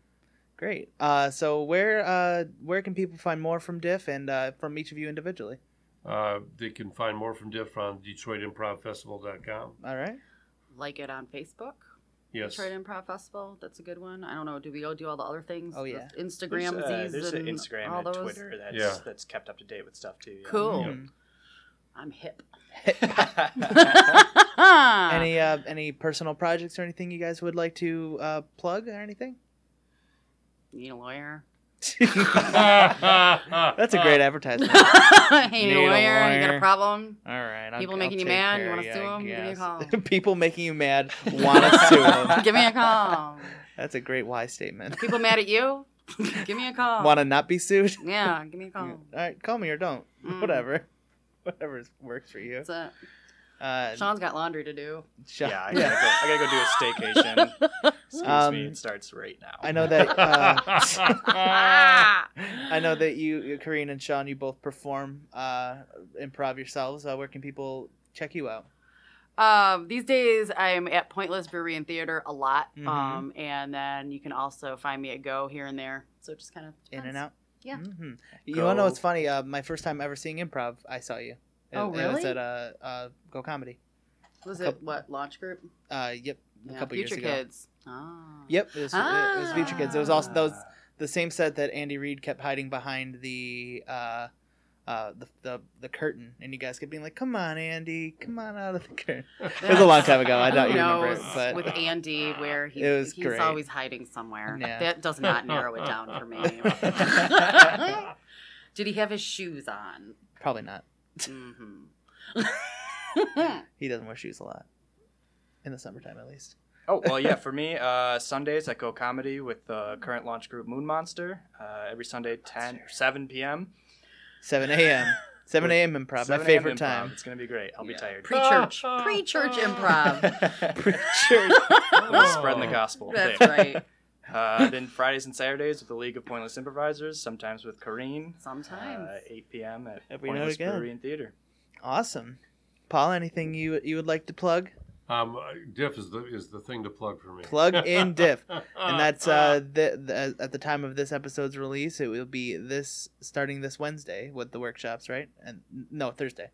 Speaker 2: Great. Uh, so where uh, where can people find more from Diff and uh, from each of you individually?
Speaker 3: Uh, they can find more from Diff on DetroitImprovFestival.com.
Speaker 2: All right.
Speaker 4: Like it on Facebook.
Speaker 3: Yes.
Speaker 4: Detroit Improv Festival. That's a good one. I don't know. Do we all do all the other things?
Speaker 2: Oh, yeah.
Speaker 4: There's Instagram,
Speaker 5: there's, uh,
Speaker 4: Z's,
Speaker 5: there's
Speaker 4: and
Speaker 5: an Instagram
Speaker 4: all
Speaker 5: and
Speaker 4: those.
Speaker 5: Twitter that's
Speaker 3: Yeah.
Speaker 5: that's kept up to date with stuff too. yeah.
Speaker 4: Cool.
Speaker 2: Mm.
Speaker 4: I'm hip. Um,
Speaker 2: Any uh, any personal projects or anything you guys would like to uh, plug or anything?
Speaker 4: Need a lawyer.
Speaker 2: That's a great advertisement.
Speaker 4: Hey,
Speaker 2: All
Speaker 4: need a
Speaker 2: Need a
Speaker 4: lawyer. You got
Speaker 2: lawyer.
Speaker 4: a problem?
Speaker 2: right. I'll-
Speaker 4: People
Speaker 2: I'll
Speaker 4: making you
Speaker 2: take
Speaker 4: mad? You
Speaker 2: care
Speaker 4: wanna
Speaker 2: of
Speaker 4: sue
Speaker 2: I
Speaker 4: 'em? Give me a
Speaker 2: guess.
Speaker 4: call.
Speaker 2: People making you mad want to sue 'em.
Speaker 4: Give me a call.
Speaker 2: That's a great why statement.
Speaker 4: People mad at you? give me a call.
Speaker 2: Want to not be sued?
Speaker 4: Yeah, give me a call.
Speaker 2: All right, call me or don't.
Speaker 4: Oh. Mm.
Speaker 2: Whatever. Whatever works for you.
Speaker 4: That's it.
Speaker 2: Uh,
Speaker 4: Sean's got laundry to do.
Speaker 2: Sha-
Speaker 5: yeah, I gotta,
Speaker 2: yeah.
Speaker 5: Go, I gotta go do a staycation. Excuse
Speaker 2: Um,
Speaker 5: me, it starts right now.
Speaker 2: I know that. Uh,
Speaker 4: Ah!
Speaker 2: I know that you, uh, Kareen and Sean, you both perform uh, improv yourselves. Uh, where can people check you out?
Speaker 4: Um, these days, I'm at Pointless Brewery and Theater a lot.
Speaker 2: Mhm.
Speaker 4: Um, and then you can also find me at Go here and there. So it just kind of
Speaker 2: In and out.
Speaker 4: Yeah.
Speaker 2: hmm You wanna know
Speaker 5: Go.
Speaker 2: what's funny? Uh, my first time ever seeing improv, I saw you. It-
Speaker 4: Oh,
Speaker 2: It was
Speaker 4: really?
Speaker 2: at uh, uh, Go Comedy.
Speaker 4: Was
Speaker 2: Couple-
Speaker 4: it what launch group?
Speaker 2: Uh, yep, a
Speaker 4: Yeah,
Speaker 2: couple years
Speaker 4: Future
Speaker 2: ago.
Speaker 4: Kids. Ah.
Speaker 2: Yep, it was, it was Future Kids. It was also those
Speaker 5: Ah.
Speaker 2: the same set that Andy Reid kept hiding behind the uh, uh, the, the the curtain, and you guys kept being like, "Come on, Andy, come on out of the curtain." It was a long time ago. I doubt you
Speaker 4: Who knows
Speaker 2: remember it, but
Speaker 4: with Andy where he,
Speaker 2: It was
Speaker 4: he's
Speaker 2: great.
Speaker 4: always hiding somewhere.
Speaker 2: Yeah.
Speaker 4: That does not narrow it down for me. Did he have his shoes on?
Speaker 2: probably not.
Speaker 4: hmm
Speaker 2: He doesn't wear shoes a lot in the summertime, at least.
Speaker 5: Oh well, yeah. For me, uh, Sundays I go comedy with uh, current launch group Moon Monster uh, every Sunday 10, 7 p.m.
Speaker 2: Seven a.m. Seven a.m. improv,
Speaker 5: 7
Speaker 2: my
Speaker 5: a.m.
Speaker 2: favorite
Speaker 5: improv.
Speaker 2: time.
Speaker 5: It's gonna be great. I'll be tired.
Speaker 4: Pre-church, pre-church improv.
Speaker 2: Um,
Speaker 5: I'm spreading
Speaker 3: Oh.
Speaker 5: the gospel.
Speaker 4: That's
Speaker 5: There.
Speaker 4: right.
Speaker 5: Uh, then Fridays and Saturdays with the League of Pointless Improvisers, sometimes with Kareen.
Speaker 4: Sometimes.
Speaker 5: Uh, 8 p.m. at
Speaker 2: Every now and
Speaker 5: Pointless
Speaker 2: again.
Speaker 5: Brewery and Theater.
Speaker 2: Awesome, Paul. Anything you you would like to plug?
Speaker 3: um, Diff is the is the thing to plug for me.
Speaker 2: Plug in Diff. and that's uh, the, the at the time of this episode's release, it will be this starting this Wednesday with the workshops, right? And no, Thursday.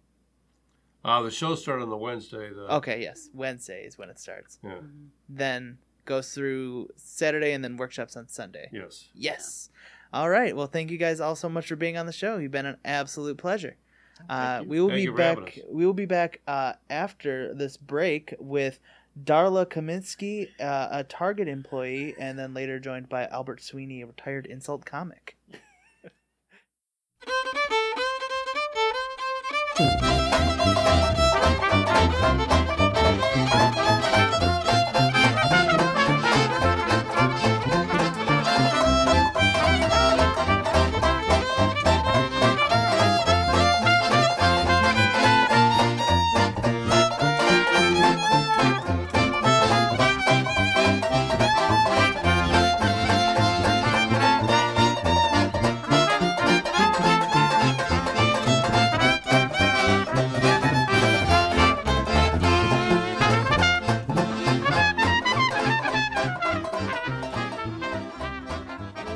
Speaker 3: Uh, the show started on the Wednesday. The,
Speaker 2: Okay, yes, Wednesday is when it starts.
Speaker 3: Yeah.
Speaker 4: Mhm.
Speaker 2: Then goes through Saturday and then workshops on Sunday.
Speaker 3: Yes.
Speaker 2: Yes. All right. Well, thank you guys all so much for being on the show. You've been an absolute pleasure. Uh, we will
Speaker 3: Thank
Speaker 2: be
Speaker 3: you for having
Speaker 2: back.
Speaker 3: us.
Speaker 2: We will be back uh, after this break with Darla Kaminsky, uh, a Target employee, and then later joined by Albert Sweeney, a retired insult comic.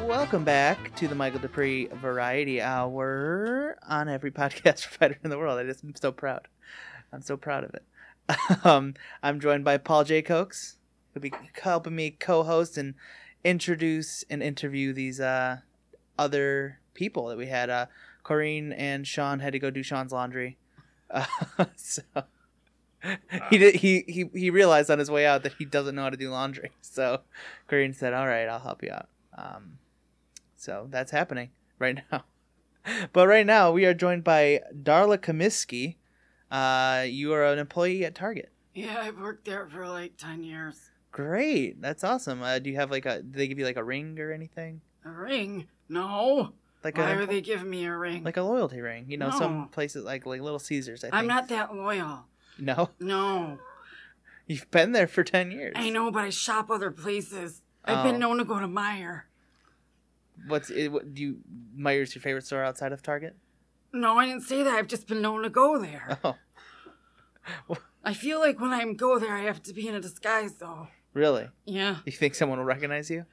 Speaker 2: Welcome back to the Michael Dupree Variety Hour on every podcast provider in the world. I just am so proud. I'm so proud of it. Um, I'm joined by Paul J. Cox, who'll be helping me co-host and introduce and interview these uh, other people that we had. Uh, Corrine and Sean had to go do Sean's laundry, uh, so he did. He, he he realized on his way out that he doesn't know how to do laundry. So Corrine said, "All right, I'll help you out." Um, so that's happening right now. But right now, we are joined by Darla Kaminsky. Uh, you are an employee at Target.
Speaker 4: Yeah, I've worked there for like 10 years.
Speaker 2: Great, that's awesome. Uh, do you have like a? Do they give you like a ring or anything?
Speaker 4: A ring? No.
Speaker 2: Like
Speaker 4: Why
Speaker 2: a
Speaker 4: would they give me a ring?
Speaker 2: like a loyalty ring? You know, some
Speaker 4: No.
Speaker 2: places like like Little Caesars. I think.
Speaker 4: I'm not that loyal.
Speaker 2: No,
Speaker 4: No.
Speaker 2: you've been there for ten years.
Speaker 4: I know, but I shop other places. I've
Speaker 2: Oh.
Speaker 4: been known to go to Meyer.
Speaker 2: What's it, what, do you? Meyer's your favorite store outside of Target?
Speaker 4: No, I didn't say that. I've just been known to go there.
Speaker 2: Oh,
Speaker 4: I feel like when I go there, I have to be in a disguise, though.
Speaker 2: really?
Speaker 4: Yeah.
Speaker 2: You think someone will recognize you?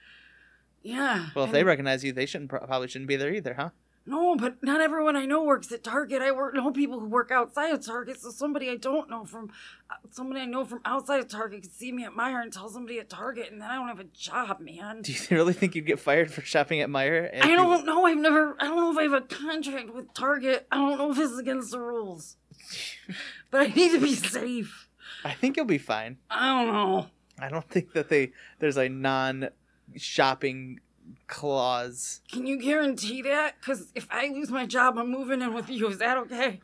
Speaker 4: Yeah.
Speaker 2: Well, if
Speaker 4: I-
Speaker 2: they recognize you, they shouldn't pro- probably shouldn't be there either, huh?
Speaker 4: No, but not everyone I know works at Target. I work know people who work outside of Target, so somebody I don't know from uh, somebody I know from outside of Target could see me at Meijer and tell somebody at Target, and then I don't have a job, man.
Speaker 2: Do you really think you'd get fired for shopping at Meyer?
Speaker 4: I don't know. I've never. I don't know if I have a contract with Target. I don't know if it's against the rules, but I need to be safe.
Speaker 2: I think you'll be fine.
Speaker 4: I don't know.
Speaker 2: I don't think that they there's a non-shopping clause.
Speaker 4: Can you guarantee that? Because if I lose my job, I'm moving in with you. Is that okay?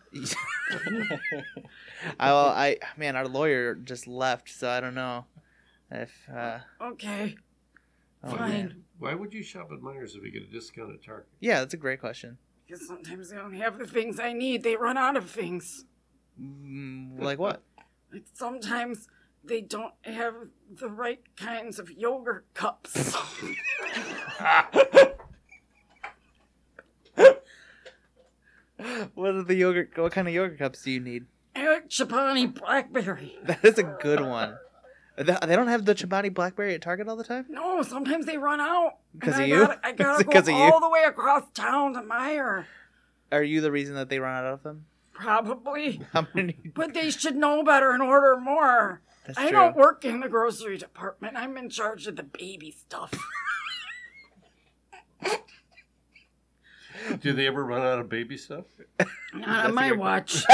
Speaker 2: I well, I man, our lawyer just left, so I don't know if uh,
Speaker 4: Okay.
Speaker 2: oh,
Speaker 4: Fine.
Speaker 2: man.
Speaker 3: Why would you shop at Myers if you get a discount at Target?
Speaker 2: Yeah, that's a great question.
Speaker 4: Because sometimes I don't have the things I need. They run out of things.
Speaker 2: Mm, like what?
Speaker 4: Like sometimes they don't have the right kinds of yogurt cups.
Speaker 2: What are the yogurt? What kind of yogurt cups do you need?
Speaker 4: Eric Chapani Blackberry.
Speaker 2: That is a good one. Th- They don't have the Chobani Blackberry at Target all the time.
Speaker 4: No, sometimes they run out. And
Speaker 2: 'Cause of
Speaker 4: I
Speaker 2: you?
Speaker 4: Gotta, I gotta go
Speaker 2: Because of you?
Speaker 4: all the way across town to Meyer.
Speaker 2: Are you the reason that they run out of them?
Speaker 4: Probably.
Speaker 2: How many?
Speaker 4: But they should know better and order more.
Speaker 2: That's
Speaker 4: I
Speaker 2: true.
Speaker 4: don't work in the grocery department. I'm in charge of the baby stuff.
Speaker 3: Do they ever run out of baby stuff?
Speaker 4: Not on my watch.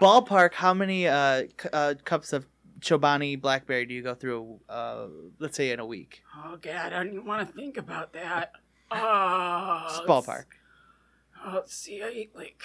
Speaker 2: Ballpark. How many uh, c- uh, cups of Chobani Blackberry do you go through? Uh, let's say in a week.
Speaker 4: Oh God, I don't want to think about that. Uh,
Speaker 2: Just ballpark.
Speaker 4: Oh, let's see, I eat like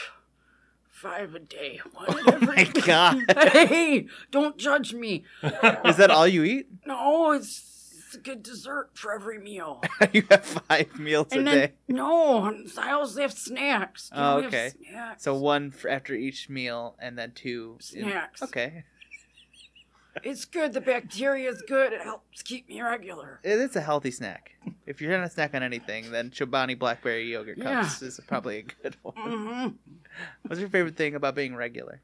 Speaker 4: five a day. One every
Speaker 2: Oh my God.
Speaker 4: Hey, don't judge me.
Speaker 2: Is that all you eat?
Speaker 4: No, it's, it's a good dessert for every meal.
Speaker 2: you have five meals a
Speaker 4: and
Speaker 2: day.
Speaker 4: then no, and I also have snacks. You
Speaker 2: Oh,
Speaker 4: don't have
Speaker 2: okay.
Speaker 4: Snacks.
Speaker 2: So one for after each meal, and then two. in-
Speaker 4: Snacks.
Speaker 2: Okay,
Speaker 4: it's good. The bacteria is good. It helps keep me regular.
Speaker 2: it is a healthy snack. If you're gonna snack on anything, then Chobani Blackberry yogurt
Speaker 4: Yeah.
Speaker 2: cups is probably a good one.
Speaker 4: hmm
Speaker 2: What's your favorite thing about being regular?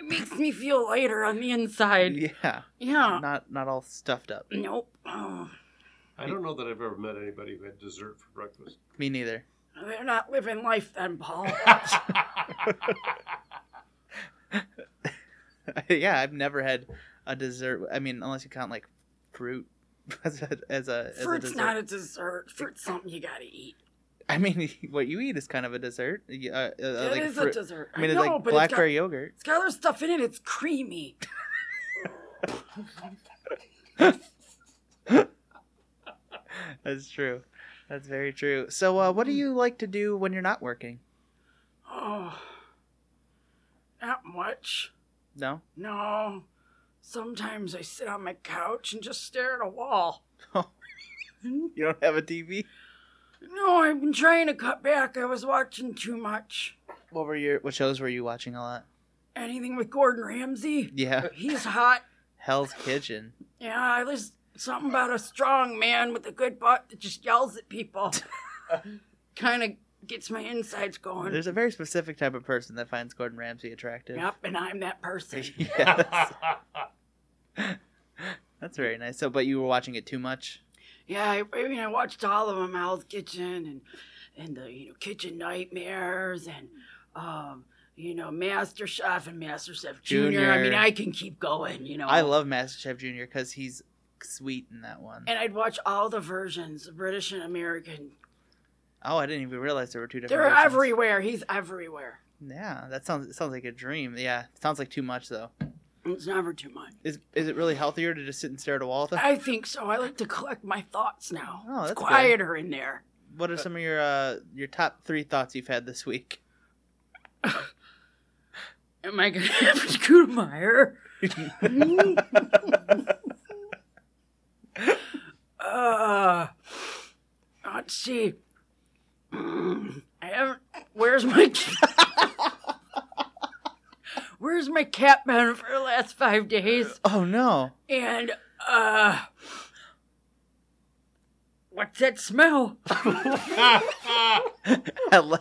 Speaker 4: It makes me feel lighter on the inside. Yeah.
Speaker 2: Yeah, not not all stuffed up.
Speaker 4: Nope. Oh,
Speaker 3: I don't know that I've ever met anybody who had dessert for breakfast.
Speaker 2: Me neither.
Speaker 4: they're not living life then, Paul.
Speaker 2: yeah, I've never had a dessert. I mean, unless you count like fruit as a as a, as a
Speaker 4: Fruit's
Speaker 2: dessert.
Speaker 4: not a dessert. Fruit's something you gotta eat.
Speaker 2: I mean, what you eat is kind of a dessert. You- Uh, uh,
Speaker 4: It is
Speaker 2: like
Speaker 4: a
Speaker 2: fruit-
Speaker 4: dessert.
Speaker 2: I mean, it's
Speaker 4: know,
Speaker 2: like
Speaker 4: but
Speaker 2: blackberry yogurt.
Speaker 4: It's got, it's got other stuff in it. It's creamy.
Speaker 2: That's true. That's very true. So, uh,
Speaker 4: Mm.
Speaker 2: what do you like to do when you're not working?
Speaker 4: Oh, not much.
Speaker 2: No.
Speaker 4: No. Sometimes I sit on my couch and just stare at a wall.
Speaker 2: Oh. You don't have a TV.
Speaker 4: No, I've been trying to cut back. I was watching too much.
Speaker 2: What were your what shows were you watching a lot?
Speaker 4: Anything with Gordon Ramsay?
Speaker 2: Yeah,
Speaker 4: He's hot.
Speaker 2: Hell's Kitchen.
Speaker 4: Yeah, I there's something about a strong man with a good butt that just yells at people. kind of gets my insides going.
Speaker 2: There's a very specific type of person that finds Gordon Ramsay attractive.
Speaker 4: Yep, and I'm that person.
Speaker 2: Yes. That's very nice. So, but you were watching it too much.
Speaker 4: Yeah, I, I mean, I watched all of them, Hell's Kitchen and and the you know Kitchen Nightmares and um you know Master Chef and Master Chef Junior. I mean,
Speaker 2: Junior.
Speaker 4: I can keep going. You know,
Speaker 2: I love MasterChef Junior because he's sweet in that one.
Speaker 4: And I'd watch all the versions, the British and American.
Speaker 2: Oh, I didn't even realize there were two different.
Speaker 4: They're
Speaker 2: versions.
Speaker 4: everywhere. He's everywhere.
Speaker 2: Yeah, that sounds it sounds like a dream. Yeah, it sounds like too much though.
Speaker 4: It's never too much.
Speaker 2: Is is it really healthier to just sit and stare at a wall? Though?
Speaker 4: I think so. I like to collect my thoughts now.
Speaker 2: Oh, that's
Speaker 4: it's
Speaker 2: good.
Speaker 4: quieter in there.
Speaker 2: What are some of your uh, your top three thoughts you've had this week?
Speaker 4: Am I gonna have to go to Meyer? uh, let's see. Mm, I haven't. Where's my? ca- Where's my cat been for the last five days?
Speaker 2: Oh no!
Speaker 4: And uh, what's that smell?
Speaker 2: I lo-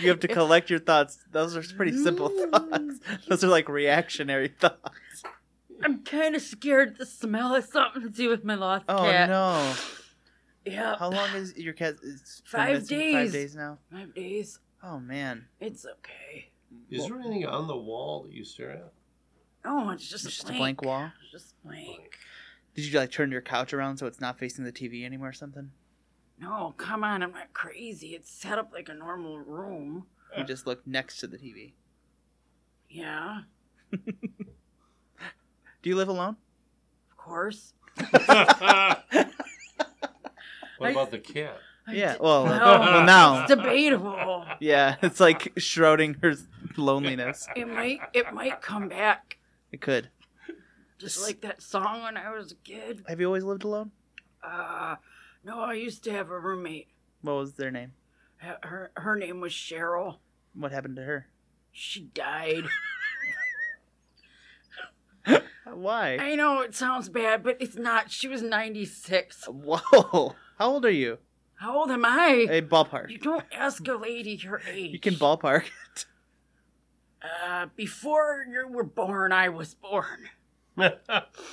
Speaker 2: you have to collect your thoughts. Those are pretty simple thoughts. Those are like reactionary thoughts.
Speaker 4: I'm kind of scared the smell has something to do with my lost
Speaker 2: Oh
Speaker 4: cat.
Speaker 2: no!
Speaker 4: Yeah.
Speaker 2: How long is your cat? It's been
Speaker 4: Five
Speaker 2: missing Five
Speaker 4: days.
Speaker 2: days now.
Speaker 4: Five days.
Speaker 2: Oh man.
Speaker 4: It's okay.
Speaker 3: Is there anything on the wall that you stare at?
Speaker 4: Oh, it's just,
Speaker 2: It's just
Speaker 4: a
Speaker 2: a
Speaker 4: blank.
Speaker 2: blank wall.
Speaker 4: It's Just blank.
Speaker 2: Did you like turn your couch around so it's not facing the TV anymore or something?
Speaker 4: No, come on. I'm not crazy. It's set up like a normal room.
Speaker 2: You just looked next to the TV.
Speaker 4: Yeah,
Speaker 2: Do you live alone?
Speaker 4: of course.
Speaker 3: what about the cat?
Speaker 4: I
Speaker 2: yeah.
Speaker 4: d-
Speaker 2: Well,
Speaker 4: no,
Speaker 2: well now.
Speaker 4: It's debatable.
Speaker 2: Yeah, it's like Schrodinger's loneliness.
Speaker 4: It might. It might come back.
Speaker 2: It could.
Speaker 4: Just like that song when I was a kid.
Speaker 2: Have you always lived alone?
Speaker 4: Uh, no, I used to have a roommate.
Speaker 2: What was their name?
Speaker 4: Her- Her her name was Cheryl.
Speaker 2: What happened to her?
Speaker 4: She died.
Speaker 2: Why?
Speaker 4: Uh, I know it sounds bad, but it's not. She was 96.
Speaker 2: Whoa! How old are you?
Speaker 4: How old am I?
Speaker 2: Hey, ballpark.
Speaker 4: You don't ask a lady her age.
Speaker 2: You can ballpark.
Speaker 4: Uh, before you were born, I was born.
Speaker 2: Oh,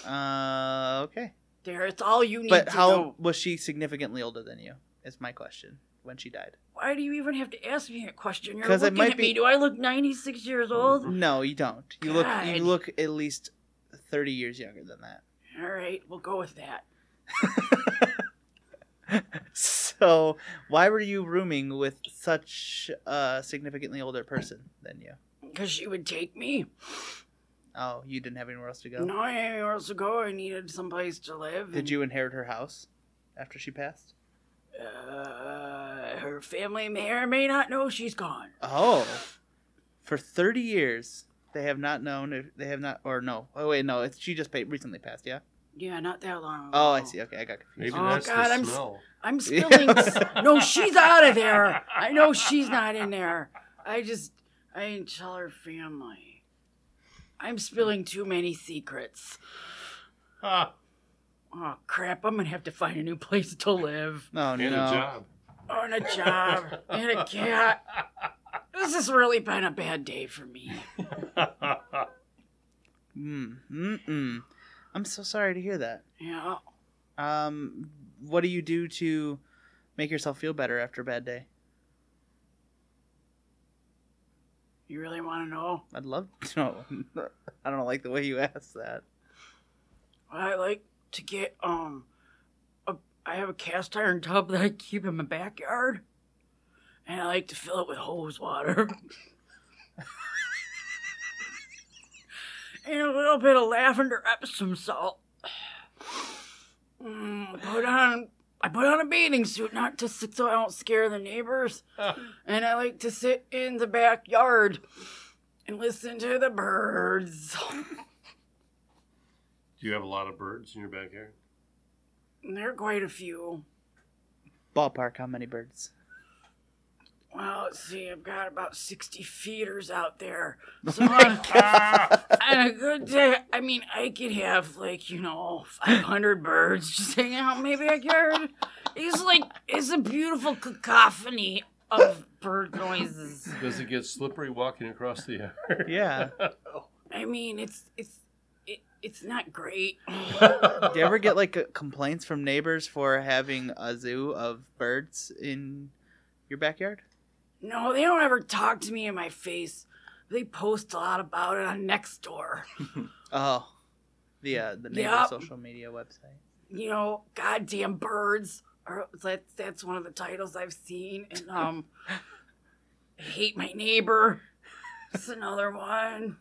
Speaker 2: Uh, okay.
Speaker 4: There, it's all you need
Speaker 2: But
Speaker 4: to
Speaker 2: how
Speaker 4: know.
Speaker 2: was she significantly older than you? Is my question when she died.
Speaker 4: Why do you even have to ask me that question? You're
Speaker 2: 'Cause it
Speaker 4: looking
Speaker 2: might
Speaker 4: at
Speaker 2: be- Mm-hmm.
Speaker 4: me. Do I look 96 years old?
Speaker 2: No, you don't. You look
Speaker 4: God.
Speaker 2: you look at least thirty years younger than that.
Speaker 4: All right, we'll go with that.
Speaker 2: So why were you rooming with such a significantly older person than you?
Speaker 4: Because she would take me.
Speaker 2: Oh, you didn't have anywhere else to go.
Speaker 4: No, I had anywhere else to go. I needed someplace to live.
Speaker 2: Did you inherit her house after she passed?
Speaker 4: Uh, her family may or may not know she's gone.
Speaker 2: Oh, for thirty years they have not known. If they have not, or no. Oh wait, no. It's, she just pa recently passed. Yeah.
Speaker 4: Yeah, not that long ago.
Speaker 2: Oh, I see. Okay, I got.
Speaker 3: Maybe
Speaker 4: Oh,
Speaker 3: that's
Speaker 4: God,
Speaker 3: the
Speaker 4: I'm s-
Speaker 3: smell.
Speaker 4: I'm spilling. no, she's out of there. I know she's not in there. I just, I didn't tell her family. I'm spilling too many secrets.
Speaker 3: Ah,
Speaker 4: Oh, crap. I'm going to have to find a new place to live.
Speaker 2: Oh
Speaker 3: and
Speaker 2: no.
Speaker 3: a job.
Speaker 4: Oh, and a job. and a cat. This has really been a bad day for me.
Speaker 2: Mm, mm-mm. I'm so sorry to hear that.
Speaker 4: Yeah.
Speaker 2: Um, what do you do to make yourself feel better after a bad day?
Speaker 4: You really want to know?
Speaker 2: I'd love to know. I don't like the way you asked that.
Speaker 4: I like to get, um, a, I have a cast iron tub that I keep in my backyard. And I like to fill it with hose water. and a little bit of lavender Epsom salt. Mm, put on, I put on a bathing suit not to sit so I don't scare the neighbors. and I like to sit in the backyard and listen to the birds.
Speaker 3: Do you have a lot of birds in your backyard?
Speaker 4: And there are quite a few.
Speaker 2: Ballpark, how many birds?
Speaker 4: Well, let's see, I've got about 60 feeders out there. So on, on a good day, I mean, I could have like, you know, 500 birds just hanging out in my backyard. It's like, it's a beautiful cacophony of bird noises.
Speaker 3: Does it get slippery walking across the yard?
Speaker 2: Yeah.
Speaker 4: I mean, it's, it's, it, it's not great.
Speaker 2: Do you ever get like uh, complaints from neighbors for having a zoo of birds in your backyard?
Speaker 4: No, they don't ever talk to me in my face. They post a lot about it on Nextdoor.
Speaker 2: Oh, the uh, the neighbor
Speaker 4: Yep.
Speaker 2: social media website.
Speaker 4: you know, goddamn birds. Or that's that's one of the titles I've seen. And um, hate my neighbor. That's another one.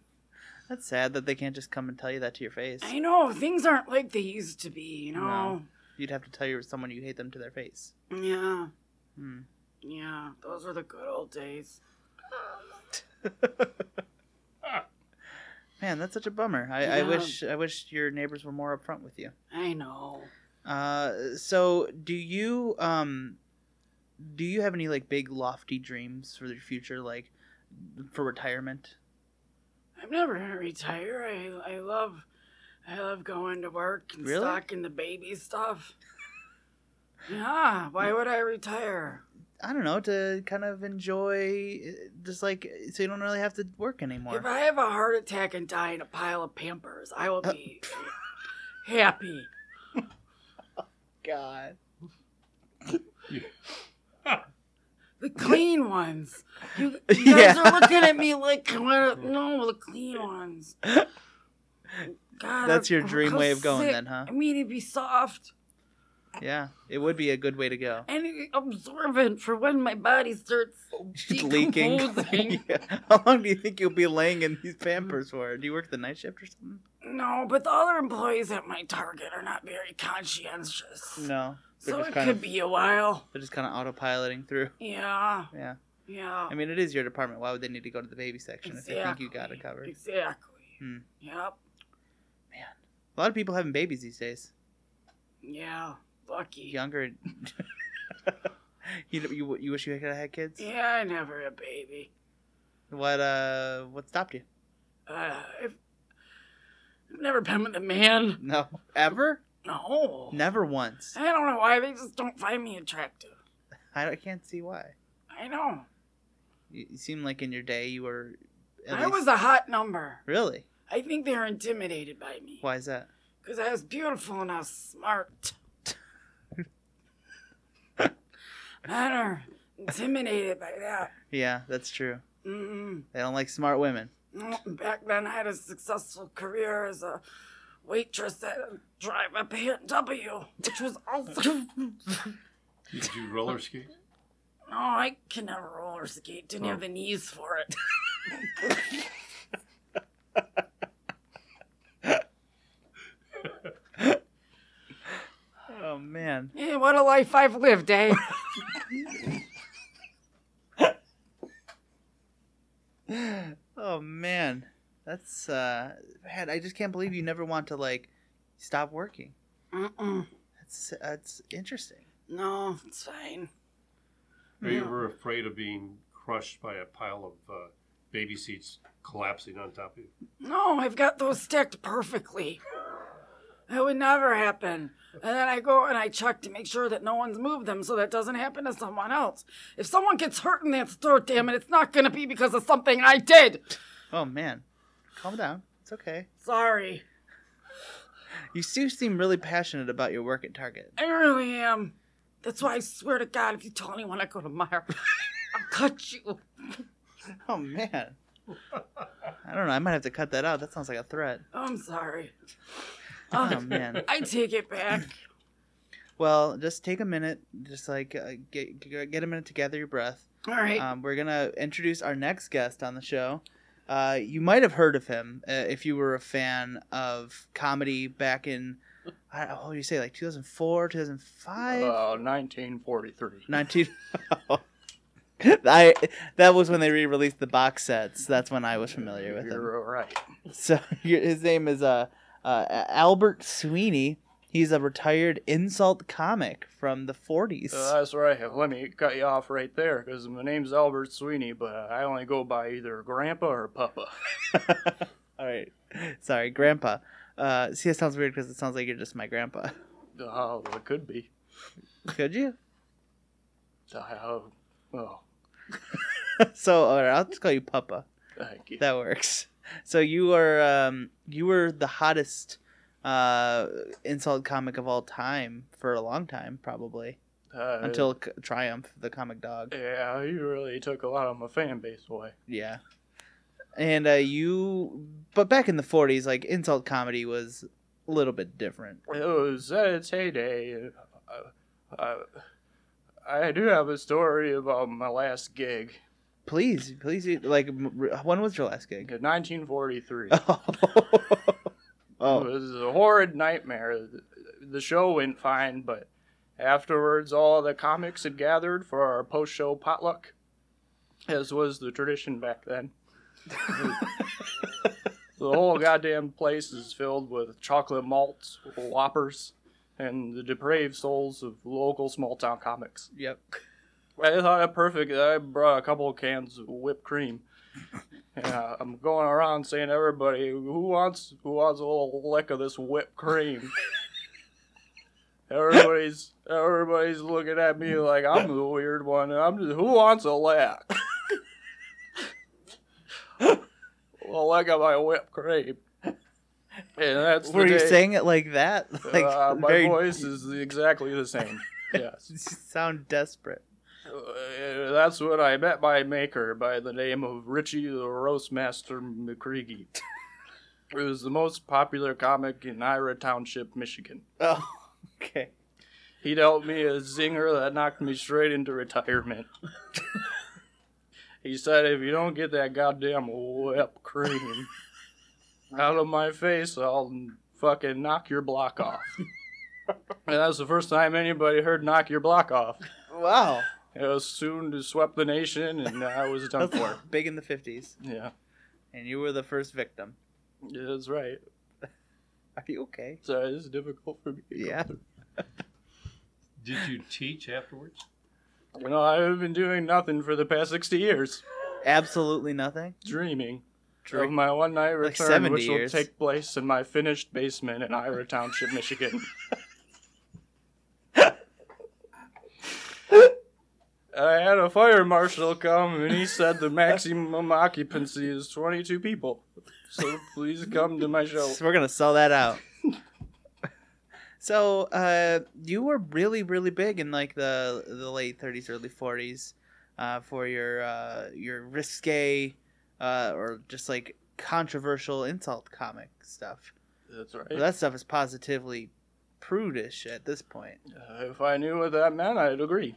Speaker 2: That's sad that they can't just come and tell you that to your face.
Speaker 4: I know things aren't like they used to be. You know.
Speaker 2: No. You'd have to tell your someone you hate them to their face.
Speaker 4: Yeah.
Speaker 2: Hmm.
Speaker 4: Yeah. Those were the good old days.
Speaker 2: Man, that's such a bummer. I, I
Speaker 4: Yeah.
Speaker 2: wish I wish your neighbors were more upfront with you.
Speaker 4: I know.
Speaker 2: Uh, so do you um, do you have any like big lofty dreams for the future, like for retirement?
Speaker 4: I'm never gonna retire. I I love, I love going to work and
Speaker 2: Really?
Speaker 4: stocking the baby stuff. Yeah. Why would I retire?
Speaker 2: I don't know, to kind of enjoy, uh, just like so you don't really have to work anymore.
Speaker 4: If I have a heart attack and die in a pile of Pampers, I will
Speaker 2: Uh,
Speaker 4: be happy.
Speaker 2: God,
Speaker 4: The clean ones. You, you guys
Speaker 2: Yeah.
Speaker 4: are looking at me like, what- no, the clean ones. God,
Speaker 2: that's your
Speaker 4: I'm
Speaker 2: dream
Speaker 4: so
Speaker 2: way of going,
Speaker 4: sick.
Speaker 2: then, huh?
Speaker 4: I mean, it'd be soft
Speaker 2: Yeah, it would be a good way to go.
Speaker 4: and absorbent for when my body starts
Speaker 2: Leaking.
Speaker 4: decomposing.
Speaker 2: Yeah. How long do you think you'll be laying in these Pampers for? Do you work the night shift or something?
Speaker 4: No, but the other employees at my Target are not very conscientious.
Speaker 2: No, they're
Speaker 4: so
Speaker 2: just
Speaker 4: it
Speaker 2: kind
Speaker 4: could
Speaker 2: of
Speaker 4: be a while.
Speaker 2: they're just kind of autopiloting through.
Speaker 4: Yeah,
Speaker 2: Yeah,
Speaker 4: yeah.
Speaker 2: I mean it is your department. Why would they need to go to the baby section if they think you got it covered?
Speaker 4: Exactly.
Speaker 2: Hmm.
Speaker 4: Yep.
Speaker 2: A lot of people having babies these days.
Speaker 4: Yeah. Lucky.
Speaker 2: Younger. you, you you wish you could have had kids.
Speaker 4: Yeah, I never had a baby.
Speaker 2: What uh what stopped you?
Speaker 4: Uh, I've, I've never been with a man.
Speaker 2: No, ever?
Speaker 4: No.
Speaker 2: Never once.
Speaker 4: I don't know why they just don't find me attractive.
Speaker 2: I, I can't see why.
Speaker 4: I know.
Speaker 2: You, you seem like in your day you were. at
Speaker 4: I
Speaker 2: least-
Speaker 4: was a hot number.
Speaker 2: really.
Speaker 4: I think they're intimidated by me.
Speaker 2: Why is that?
Speaker 4: Because I was beautiful and I was smart. Men are intimidated by that.
Speaker 2: Yeah, that's true.
Speaker 4: Mm-mm.
Speaker 2: They don't like smart women.
Speaker 4: Mm, Back then, I had a successful career as a waitress at a drive up W, which was also.
Speaker 3: Did you roller skate?
Speaker 4: No, I can never roller skate. Didn't have the knees for it.
Speaker 2: Oh man.
Speaker 4: Eh, what a life I've lived, eh?
Speaker 2: Oh man. That's uh man. I just can't believe you never want to like stop working.
Speaker 4: Mm-mm.
Speaker 2: That's that's interesting.
Speaker 4: No, it's fine.
Speaker 3: Are you
Speaker 4: Yeah.
Speaker 3: ever afraid of being crushed by a pile of uh, baby seats collapsing on top of you?
Speaker 4: No, I've got those stacked perfectly. That would never happen. And then I go and I check to make sure that no one's moved them so that doesn't happen to someone else. If someone gets hurt in that store, damn it, it's not going to be because of something I did.
Speaker 2: Oh man. Calm down. It's okay.
Speaker 4: Sorry.
Speaker 2: You do seem really passionate about your work at Target.
Speaker 4: I really am. That's why I swear to God, if you tell anyone I go to Meyer, I'll cut you.
Speaker 2: Oh man. I don't know. I might have to cut that out. That sounds like a threat.
Speaker 4: I'm sorry. Uh,
Speaker 2: Oh man.
Speaker 4: I take it back.
Speaker 2: Well, just take a minute. Just like uh, get get a minute to gather your breath.
Speaker 4: All right.
Speaker 2: Um, we're gonna introduce our next guest on the show. Uh, you might have heard of him uh, if you were a fan of comedy back in, I don't know, what do you say, like 2004, 2005,
Speaker 5: Uh, 1943.
Speaker 2: 19. I that was when they re-released the box sets. That's when I was familiar with him.
Speaker 5: You're right.
Speaker 2: So his name is uh, uh Albert Sweeney. He's a retired insult comic from the 40s.
Speaker 5: Uh, that's right. Let me cut you off right there because my name's Albert Sweeney, but I only go by either Grandpa or Papa.
Speaker 2: All right. Sorry, grandpa. Uh, see, it sounds weird because it sounds like you're just my grandpa.
Speaker 5: Oh, it could be.
Speaker 2: Could you?
Speaker 5: Oh, oh
Speaker 2: so, all right, I'll just call you Papa.
Speaker 5: thank you.
Speaker 2: That works. So you are um, you were the hottest uh, insult comic of all time for a long time, probably
Speaker 5: Uh,
Speaker 2: until C- Triumph, the comic dog.
Speaker 5: yeah, you really took a lot of my fan base away.
Speaker 2: Yeah. And uh, you, but back in the '40s, like insult comedy was a little bit different.
Speaker 5: It was at its heyday. Uh, uh, I do have a story about my last gig
Speaker 2: Please, please, like, m- r- when was your last
Speaker 5: in
Speaker 2: gig?
Speaker 5: 1943.
Speaker 2: Oh.
Speaker 5: It was a horrid nightmare. The show went fine, but afterwards, all the comics had gathered for our post show potluck, as was the tradition back then. the whole goddamn place is filled with chocolate malts, whoppers, and the depraved souls of local small town comics.
Speaker 2: Yep.
Speaker 5: I thought it perfect. that I brought a couple of cans of whipped cream. And uh, I'm going around saying to everybody, who wants who wants a little lick of this whipped cream? Everybody's everybody's looking at me like I'm the weird one. and I'm just who wants a lack? well, I got my whipped cream, and that's the
Speaker 2: Were you
Speaker 5: day-
Speaker 2: saying it like that? Like
Speaker 5: uh, my
Speaker 2: very
Speaker 5: voice is exactly the same. yes,
Speaker 2: you sound desperate.
Speaker 5: Uh, that's when I met my maker by the name of Richie the Roastmaster McCreegy. It was the most popular comic in Ira Township, Michigan.
Speaker 2: Oh, okay.
Speaker 5: He dealt me a zinger that knocked me straight into retirement. he said, if you don't get that goddamn whipped cream out of my face, I'll fucking knock your block off. and that's the first time anybody heard knock your block off.
Speaker 2: Wow.
Speaker 5: It was soon to swept the nation, and I was done for.
Speaker 2: Big in the 50s,
Speaker 5: Yeah,
Speaker 2: and you were the first victim.
Speaker 5: Yeah, that's right.
Speaker 2: Are you okay?
Speaker 5: So it's difficult for me.
Speaker 2: Yeah.
Speaker 3: Did you teach afterwards?
Speaker 5: You know, I've been doing nothing for the past 60 years.
Speaker 2: Absolutely nothing.
Speaker 5: dreaming
Speaker 2: Dream-
Speaker 5: of my one night
Speaker 2: Like
Speaker 5: return,
Speaker 2: 70
Speaker 5: which
Speaker 2: years.
Speaker 5: will take place in my finished basement in Ira Township, Michigan. I had a fire marshal come and he said the maximum occupancy is 22 people. So please come to my show.
Speaker 2: So we're gonna sell that out. so uh, you were really, really big in like the the late 30s, early 40s uh, for your uh, your risque uh, or just like controversial insult comic stuff.
Speaker 5: That's
Speaker 2: Well,
Speaker 5: right.
Speaker 2: that stuff is positively prudish at this point.
Speaker 5: Uh, if I knew what that meant, I'd agree.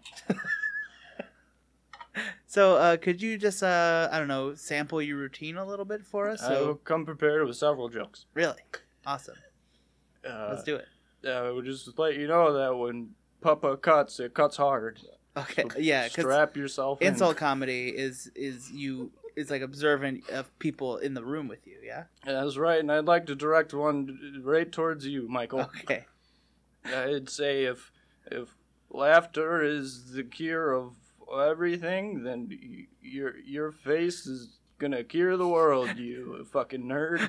Speaker 2: So uh, could you just uh, I don't know sample your routine a little bit for us?
Speaker 5: I will
Speaker 2: So
Speaker 5: come prepared with several jokes.
Speaker 2: really awesome.
Speaker 5: Uh,
Speaker 2: Let's do it.
Speaker 5: I would just let you know that when Papa cuts, it cuts hard.
Speaker 2: Okay. Yeah. 'cause-
Speaker 5: strap yourself in.
Speaker 2: insult comedy is is you is like observant of people in the room with you yeah
Speaker 5: That's right, and I'd like to direct one right towards you, Michael.
Speaker 2: okay
Speaker 5: I'd say if if laughter is the cure of everything, then y- your your face is gonna cure the world, you fucking nerd.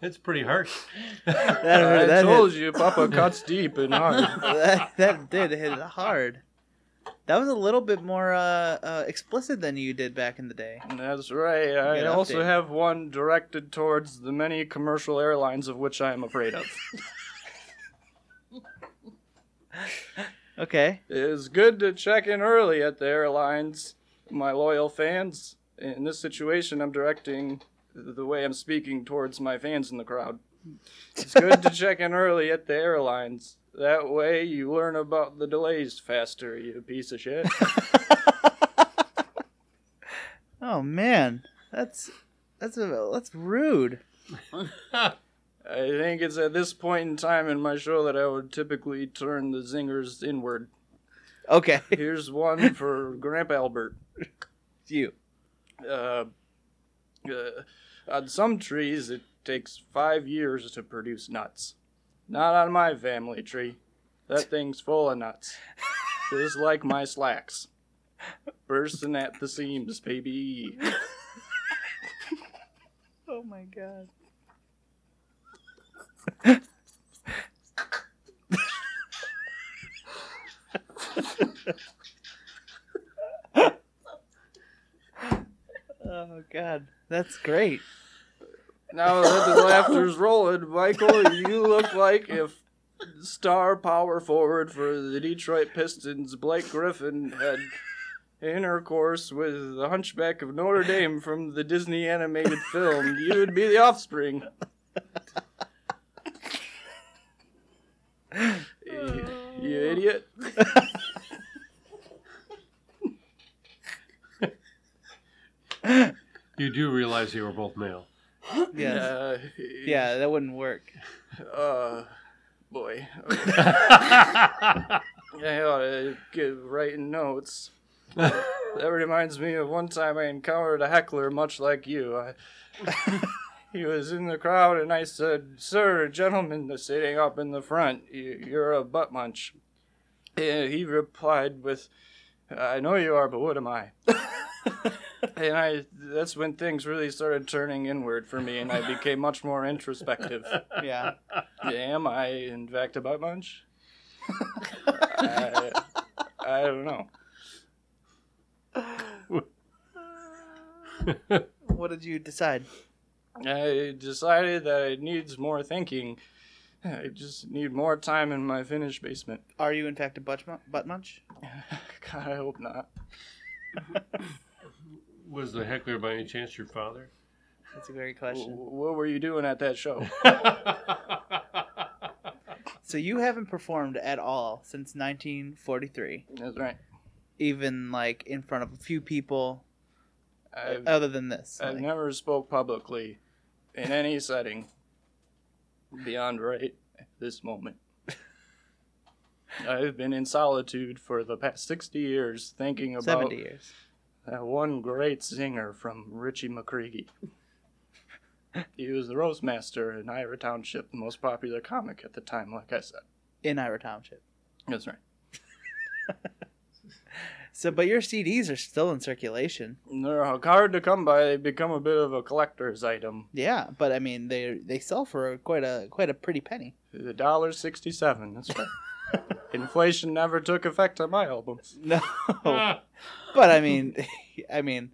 Speaker 3: That's pretty harsh.
Speaker 2: that,
Speaker 5: I
Speaker 2: that,
Speaker 5: told
Speaker 2: hit,
Speaker 5: you, Papa cuts deep and hard.
Speaker 2: that, that did hit it hard that was a little bit more uh, uh, explicit than you did back in the day
Speaker 5: That's right. I
Speaker 2: Good
Speaker 5: also
Speaker 2: update.
Speaker 5: have one directed towards the many commercial airlines of which I am afraid of.
Speaker 2: okay
Speaker 5: It is good to check in early at the airlines, my loyal fans. In this situation, I'm directing the way I'm speaking towards my fans in the crowd. It's good to check in early at the airlines. That way, you learn about the delays faster, you piece of shit.
Speaker 2: oh man that's that's a, that's rude
Speaker 5: I think it's at this point in time in my show that I would typically turn the zingers inward.
Speaker 2: okay
Speaker 5: Here's one for Grandpa Albert.
Speaker 2: you
Speaker 5: uh, uh, on some trees it takes five years to produce nuts. Not on my family tree. That thing's full of nuts. Just like my slacks. Bursting at the seams, baby.
Speaker 2: oh my god oh god that's great
Speaker 5: Now that the laughter's rolling, Michael, you look like if star power forward for the Detroit Pistons, Blake Griffin, had intercourse with the Hunchback of Notre Dame from the Disney animated film, you would be the offspring. you, you idiot.
Speaker 3: You do realize they were both male.
Speaker 2: yeah
Speaker 5: Uh,
Speaker 2: yeah that wouldn't work
Speaker 5: Uh, boy. Okay. I ought to get writing notes. That reminds me of one time I encountered a heckler much like you. I, he was in the crowd, and I said, Sir, gentlemen, that's sitting up in the front, you, you're a butt munch. And he replied with, I know you are, but what am I? and I that's when things really started turning inward for me, and I became much more introspective.
Speaker 2: Yeah.
Speaker 5: Am I in fact a butt munch? I, I don't know.
Speaker 2: What did you decide?
Speaker 5: I decided that it needs more thinking. I just need more time in my finished basement.
Speaker 2: Are you in fact a butt, mu- butt munch?
Speaker 5: God, I hope not.
Speaker 3: Was the heckler by any chance your father?
Speaker 2: That's a great
Speaker 5: W-
Speaker 2: question.
Speaker 5: what were you doing at that show?
Speaker 2: So you haven't performed at all since 1943,
Speaker 5: That's right.
Speaker 2: even like in front of a few people
Speaker 5: I've,
Speaker 2: other than this.
Speaker 5: I've
Speaker 2: Like,
Speaker 5: never spoke publicly in any setting beyond right at this moment. I've been in solitude for the past 60 years thinking about
Speaker 2: 70 years.
Speaker 5: that one great singer from Richie McCreagy. he was the roast master in Ira Township, the most popular comic at the time, like I said.
Speaker 2: in Ira Township.
Speaker 5: That's right.
Speaker 2: So, but your CDs are still in circulation.
Speaker 5: They're hard to come by. They become a bit of a collector's item.
Speaker 2: Yeah, but I mean, they they sell for quite a quite a pretty penny.
Speaker 5: The dollar sixty-seven. That's right. Inflation never took effect on my albums.
Speaker 2: No, but I mean, I mean,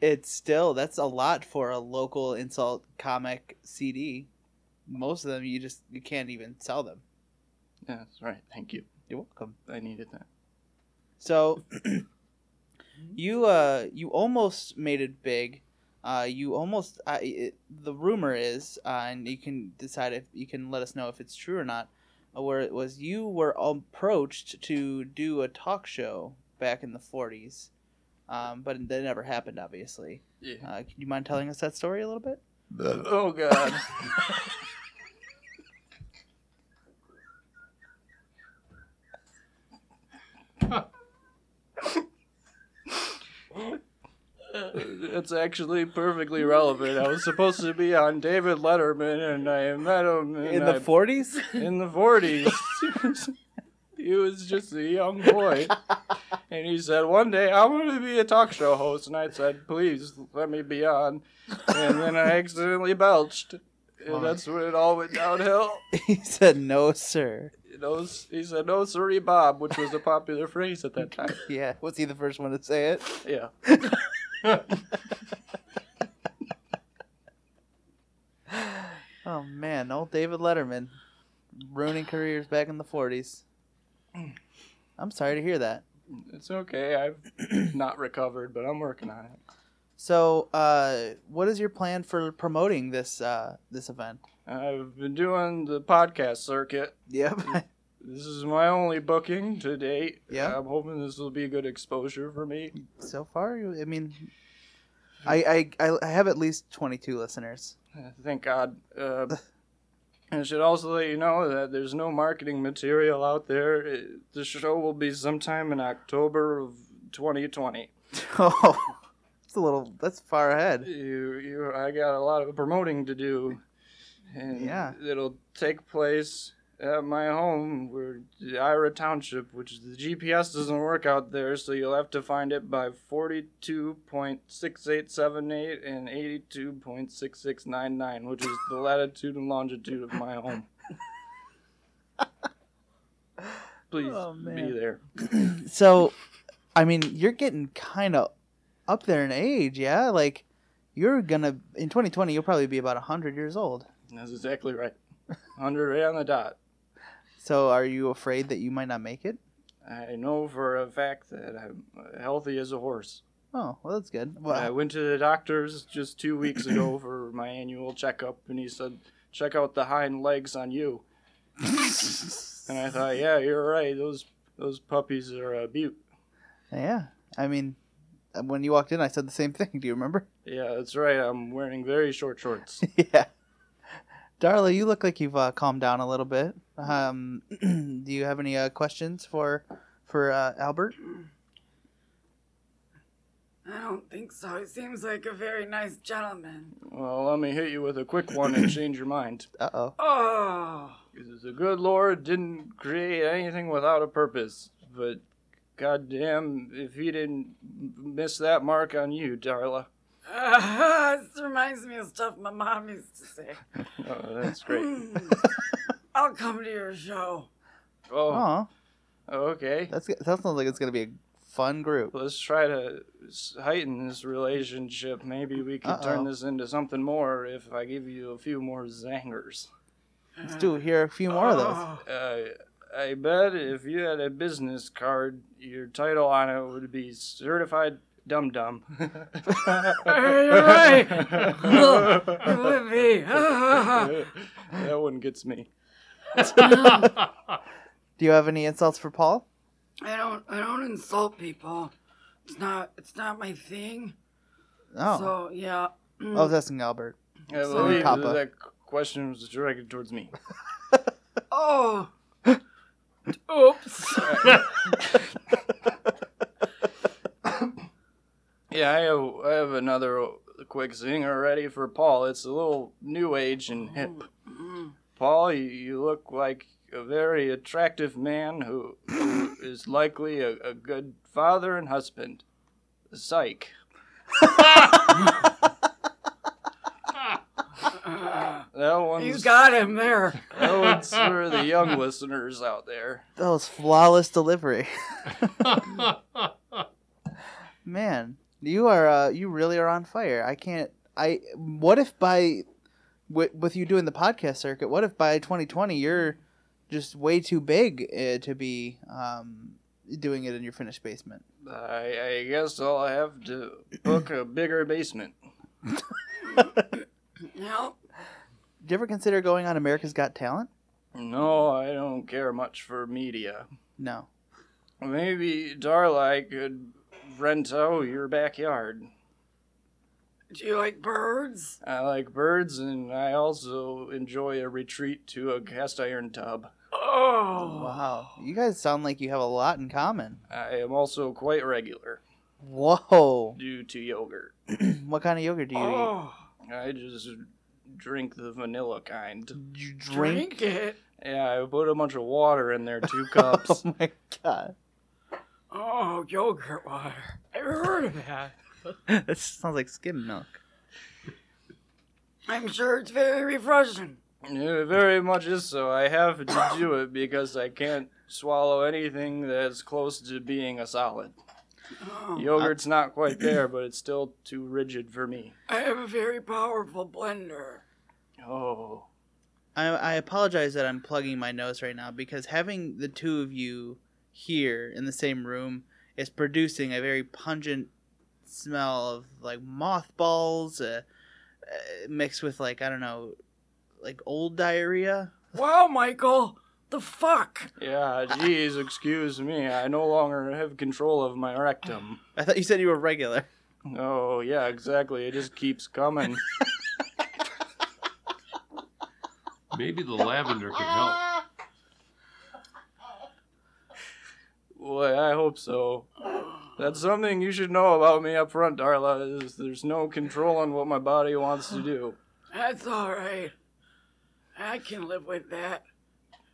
Speaker 2: it's still that's a lot for a local insult comic CD. Most of them you just you can't even sell them.
Speaker 5: Yeah, that's right. Thank you.
Speaker 2: You're welcome.
Speaker 5: I needed that.
Speaker 2: So you uh you almost made it big. Uh, you almost I it, the rumor is, uh, and you can decide if you can let us know if it's true or not. uh, Where it was you were approached to do a talk show back in the '40s, um, but that never happened, obviously.
Speaker 5: Yeah.
Speaker 2: Uh, can you mind telling us that story a little bit?
Speaker 5: Oh God. It's actually perfectly relevant. I was supposed to be on David Letterman, and I met him and
Speaker 2: In the
Speaker 5: I-
Speaker 2: '40s,
Speaker 5: in the forties. he was just a young boy, and he said, "One day I'm going to be a talk show host." And I said, "Please let me be on." And then I accidentally belched, and that's when it all went downhill.
Speaker 2: he said, "No, sir."
Speaker 5: You know, s- he said, "No, sorry, Bob," which was a popular phrase at that time.
Speaker 2: Yeah, was he the first one to say it?
Speaker 5: Yeah,
Speaker 2: Oh man, old David Letterman ruining careers back in the 40s. I'm sorry to hear that.
Speaker 5: it's okay. I've not recovered, but I'm working on it.
Speaker 2: So, uh, what is your plan for promoting this uh, this event?
Speaker 5: I've been doing the podcast circuit.
Speaker 2: Yep.
Speaker 5: This is my only booking to date.
Speaker 2: Yeah.
Speaker 5: I'm hoping this will be good exposure for me.
Speaker 2: so far, you- I mean, I, I I- I have at least 22 listeners.
Speaker 5: Uh, Thank God. Uh, I should also let you know that there's no marketing material out there. It- The show will be sometime in October of 2020.
Speaker 2: Oh, it's a little that's far ahead.
Speaker 5: You, you, I got a lot of promoting to do, and
Speaker 2: Yeah.
Speaker 5: it'll take place at my home, where Ira Township, which the GPS doesn't work out there, so you'll have to find it by 42.6878 and 82.6699, which is the latitude and longitude of my home. Please
Speaker 2: Oh,
Speaker 5: be
Speaker 2: man.
Speaker 5: there.
Speaker 2: So, I mean, you're getting kind of up there in age, yeah? Like you're gonna in 2020, you'll probably be about 100 years old.
Speaker 5: That's exactly right. 100 right on the dot.
Speaker 2: So, are you afraid that you might not make it?
Speaker 5: I know for a fact that I'm healthy as a horse.
Speaker 2: Oh, well, that's good. Well,
Speaker 5: I went to the doctor's just two weeks ago for my annual checkup, and he said, "Check out the hind legs on you." and I thought, "Yeah, you're right. Those those puppies are a beaut."
Speaker 2: yeah. I mean, when you walked in, I said the same thing. Do you remember?
Speaker 5: Yeah, that's right. I'm wearing very short shorts.
Speaker 2: yeah. Darla, you look like you've uh, calmed down a little bit. Um, do you have any uh, questions for for uh, Albert?
Speaker 4: I don't think so. He seems like a very nice gentleman.
Speaker 5: well, let me hit you with a quick one and change your mind.
Speaker 2: Uh oh.
Speaker 4: Oh.
Speaker 5: The good Lord didn't create anything without a purpose, but God damn, if he didn't miss that mark on you, Darla.
Speaker 4: this reminds me of stuff my mom used to say. Hmm.
Speaker 5: Oh, that's great.
Speaker 4: I'll come to your show.
Speaker 5: Oh,
Speaker 2: Aw,
Speaker 5: okay.
Speaker 2: that's that sounds like it's gonna be a fun group.
Speaker 5: Let's try to s- heighten this relationship. Maybe we could
Speaker 2: Uh-oh.
Speaker 5: turn this into something more if I give you a few more zangers.
Speaker 2: Let's do here a few more of those.
Speaker 4: Oh.
Speaker 5: Uh, I bet if you had a business card, your title on it would be Certified Dum Dum.
Speaker 4: You're right. it would be.
Speaker 5: that one gets me.
Speaker 2: Do you have any insults for Paul?
Speaker 4: I don't. I don't insult people. It's not. It's not my thing.
Speaker 2: Oh,
Speaker 4: So yeah. Mm.
Speaker 2: I was asking Albert.
Speaker 5: I
Speaker 4: Sorry,
Speaker 5: believe
Speaker 2: Papa.
Speaker 5: that question was directed towards me.
Speaker 4: Oh. Oops.
Speaker 5: Yeah, I have, I have another quick zinger ready for Paul. It's a little new age and hip. Paul, you, you look like a very attractive man who, who is likely a, a good father and husband. Psych. that
Speaker 4: You
Speaker 5: one's,
Speaker 4: got him there.
Speaker 5: that one's for the young listeners out there.
Speaker 2: That was flawless delivery. Man, you are uh, you really are on fire. I can't. I what if by with, with you doing the podcast circuit, what if by 2020 you're just way too big uh, to be um, doing it in your finished basement?
Speaker 5: I, I guess I'll have to book a bigger basement.
Speaker 4: Yep.
Speaker 2: Did you ever consider going on America's Got Talent?
Speaker 5: No, I don't care much for media.
Speaker 2: No.
Speaker 5: Maybe, Darla, I could rent out your backyard.
Speaker 4: Do you like birds?
Speaker 5: I like birds, and I also enjoy a retreat to a cast iron tub.
Speaker 4: Oh.
Speaker 2: Wow, you guys sound like you have a lot in common.
Speaker 5: I am also quite regular
Speaker 2: Whoa,
Speaker 5: due to yogurt.
Speaker 2: what kind of yogurt do you eat?
Speaker 4: Oh.
Speaker 5: I just drink the vanilla kind.
Speaker 2: Did You drink?
Speaker 4: Drink it.
Speaker 5: Yeah, I put a bunch of water in there, two cups.
Speaker 2: Oh my god,
Speaker 4: Oh, yogurt water. I heard of that.
Speaker 2: that sounds like skim milk.
Speaker 4: I'm sure it's very refreshing.
Speaker 5: Yeah, very much is so. I have to do it because I can't swallow anything that's close to being a solid.
Speaker 4: Oh,
Speaker 5: Yogurt's not quite there, but it's still too rigid for me.
Speaker 4: I have a very powerful blender.
Speaker 5: Oh.
Speaker 2: I, I apologize that I'm plugging my nose right now because having the two of you here in the same room is producing a very pungent smell of like mothballs uh, uh, mixed with like I don't know, like old diarrhea.
Speaker 4: Wow, Michael. The fuck?
Speaker 5: Yeah, geez, excuse me. I no longer have control of my rectum.
Speaker 2: I thought you said you were regular.
Speaker 5: Oh, yeah, exactly. It just keeps coming.
Speaker 1: Maybe the lavender can help.
Speaker 5: Boy, I hope so. That's something you should know about me up front, Darla, is there's no control on what my body wants to do.
Speaker 4: That's all right. I can live with that.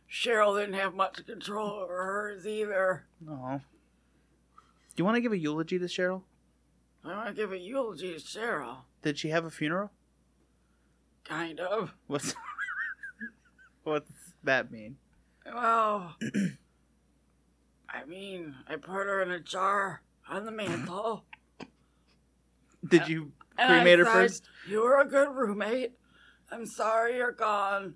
Speaker 4: Cheryl didn't have much control over hers either.
Speaker 2: Oh. Do you want to give a eulogy to Cheryl?
Speaker 4: I want to give a eulogy to Cheryl.
Speaker 2: Did she have a funeral?
Speaker 4: Kind of.
Speaker 2: What's What's that mean?
Speaker 4: Well, I mean, I put her in a jar on the mantle. Uh,
Speaker 2: Did you
Speaker 4: And I
Speaker 2: cremate her
Speaker 4: said,
Speaker 2: first?
Speaker 4: You were a good roommate. I'm sorry you're gone.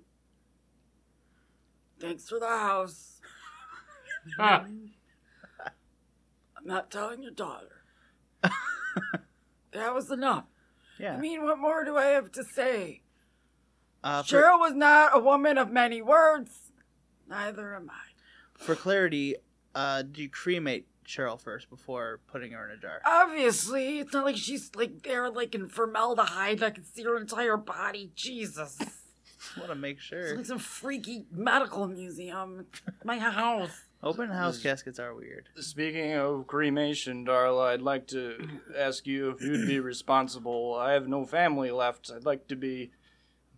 Speaker 4: Thanks for the house. I'm not telling your daughter. that was enough. I
Speaker 2: Yeah.
Speaker 4: mean, what more do I have to say?
Speaker 2: Uh, for-
Speaker 4: Cheryl was not a woman of many words. Neither am I.
Speaker 2: For clarity, uh, do you cremate Cheryl first before putting her in a jar?
Speaker 4: Obviously, it's not like she's like there, like in formaldehyde. I can see her entire body. Jesus.
Speaker 2: I want to make
Speaker 4: It's
Speaker 2: sure.
Speaker 4: like some freaky medical museum. My house.
Speaker 2: Open house caskets are weird.
Speaker 5: Speaking of cremation, Darla, I'd like to ask you if you'd be responsible. I have no family left. I'd like to be.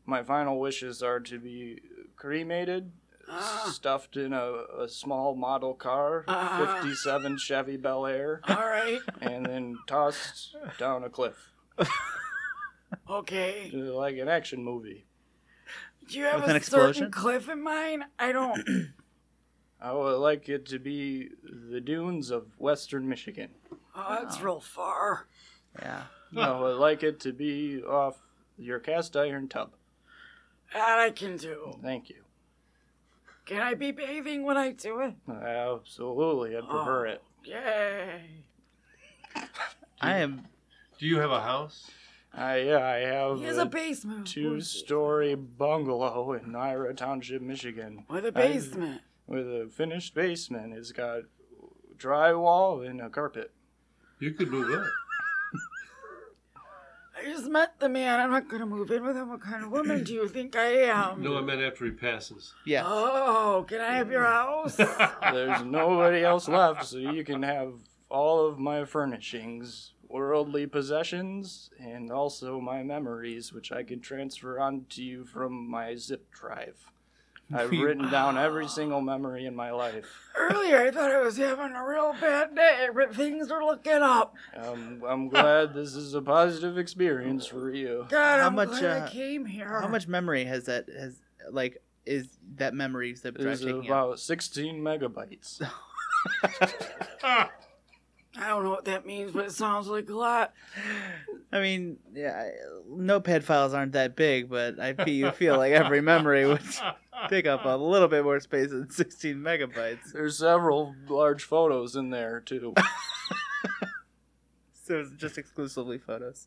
Speaker 5: My final wishes are to be cremated, stuffed in a, a small model car,
Speaker 4: Ah.
Speaker 5: 57 Chevy Bel Air,
Speaker 4: All right.
Speaker 5: and then tossed down a cliff.
Speaker 4: Okay.
Speaker 5: Like an action movie.
Speaker 4: Do you have
Speaker 2: With
Speaker 4: a
Speaker 2: an
Speaker 4: certain
Speaker 2: explosion?
Speaker 4: cliff in mind? I don't.
Speaker 5: I would like it to be the dunes of western Michigan.
Speaker 4: Oh, that's real far.
Speaker 2: Yeah.
Speaker 5: I would like it to be off your cast iron tub.
Speaker 4: That I can do.
Speaker 5: Thank you.
Speaker 4: Can I be bathing when I do it?
Speaker 5: Absolutely, I'd prefer
Speaker 4: Oh.
Speaker 5: it.
Speaker 4: Yay.
Speaker 2: I am.
Speaker 3: Do you have a house?
Speaker 5: I, yeah, I have
Speaker 4: He has a basement.
Speaker 5: two story bungalow in Ira Township, Michigan.
Speaker 4: With a basement.
Speaker 5: With a finished basement. It's got drywall and a carpet.
Speaker 3: You could move in.
Speaker 4: I just met the man. I'm not going to move in with him. What kind of woman do you think I am?
Speaker 3: No, I meant after he passes.
Speaker 2: Yes.
Speaker 4: Oh, can I have your house?
Speaker 5: There's nobody else left, so you can have all of my furnishings, worldly possessions, and also my memories, which I can transfer onto you from my zip drive. I've written down every single memory in my life.
Speaker 4: Earlier, I thought I was having a real bad day, but things are looking up.
Speaker 5: Um, I'm glad this is a positive experience for you.
Speaker 4: God,
Speaker 2: How
Speaker 4: I'm
Speaker 2: much,
Speaker 4: glad
Speaker 2: uh,
Speaker 4: I came here.
Speaker 2: How much memory has that? Has like is that memory zip drive
Speaker 5: It's
Speaker 2: taking up?
Speaker 5: about 16 megabytes.
Speaker 3: Ah,
Speaker 4: I don't know what that means, but it sounds like a lot.
Speaker 2: I mean, yeah, I- notepad files aren't that big, but I feel you feel like every memory would take up a little bit more space than 16 megabytes.
Speaker 5: There's several large photos in there too.
Speaker 2: So it's just exclusively photos.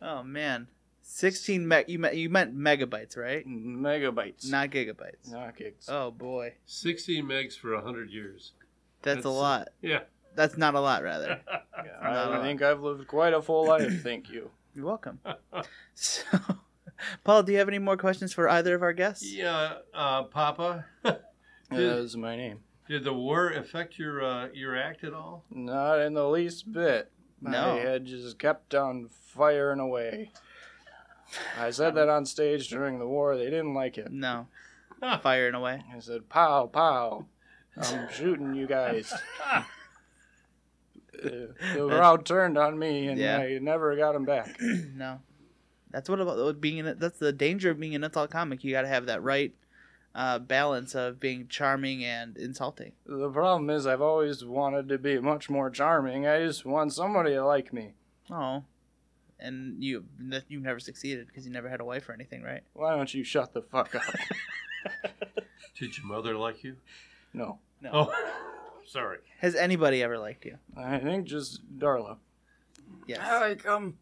Speaker 2: Oh man, 16 meg. You meant you meant megabytes, right?
Speaker 5: megabytes.
Speaker 2: Not gigabytes.
Speaker 5: Not gigs.
Speaker 2: Oh boy,
Speaker 3: 16 megs for 100 years.
Speaker 2: that's,
Speaker 3: That's- uh,
Speaker 2: a lot.
Speaker 3: Yeah.
Speaker 2: That's not a lot, rather.
Speaker 5: Yeah,
Speaker 2: not a
Speaker 5: I
Speaker 2: lot.
Speaker 5: think I've lived quite a full life. Thank you.
Speaker 2: You're welcome. So, Paul, do you have any more questions for either of our guests?
Speaker 3: Yeah, uh, Papa,
Speaker 5: That is my name.
Speaker 3: did the war affect your uh, your act at all?
Speaker 5: Not in the least bit.
Speaker 2: No.
Speaker 5: My head just kept on firing away. I
Speaker 2: Um,
Speaker 5: said that on stage during the war. They didn't like it.
Speaker 2: No. Firing away.
Speaker 5: I said, "Pow, pow! I'm shooting you guys." Uh, the crowd turned on me, and
Speaker 2: Yeah.
Speaker 5: I never got them back.
Speaker 2: No, that's what about being in. That's the danger of being a nuttall comic. You got to have that right uh, balance of being charming and insulting.
Speaker 5: The problem is, I've always wanted to be much more charming. I just want somebody to like me.
Speaker 2: Oh, and you that you've never succeeded because you never had a wife or anything, right?
Speaker 5: Why don't you shut the fuck up?
Speaker 3: Did your mother like you?
Speaker 5: no,
Speaker 3: Oh, sorry.
Speaker 2: Has anybody ever liked you?
Speaker 5: I think just Darla.
Speaker 2: Yes.
Speaker 4: I like um,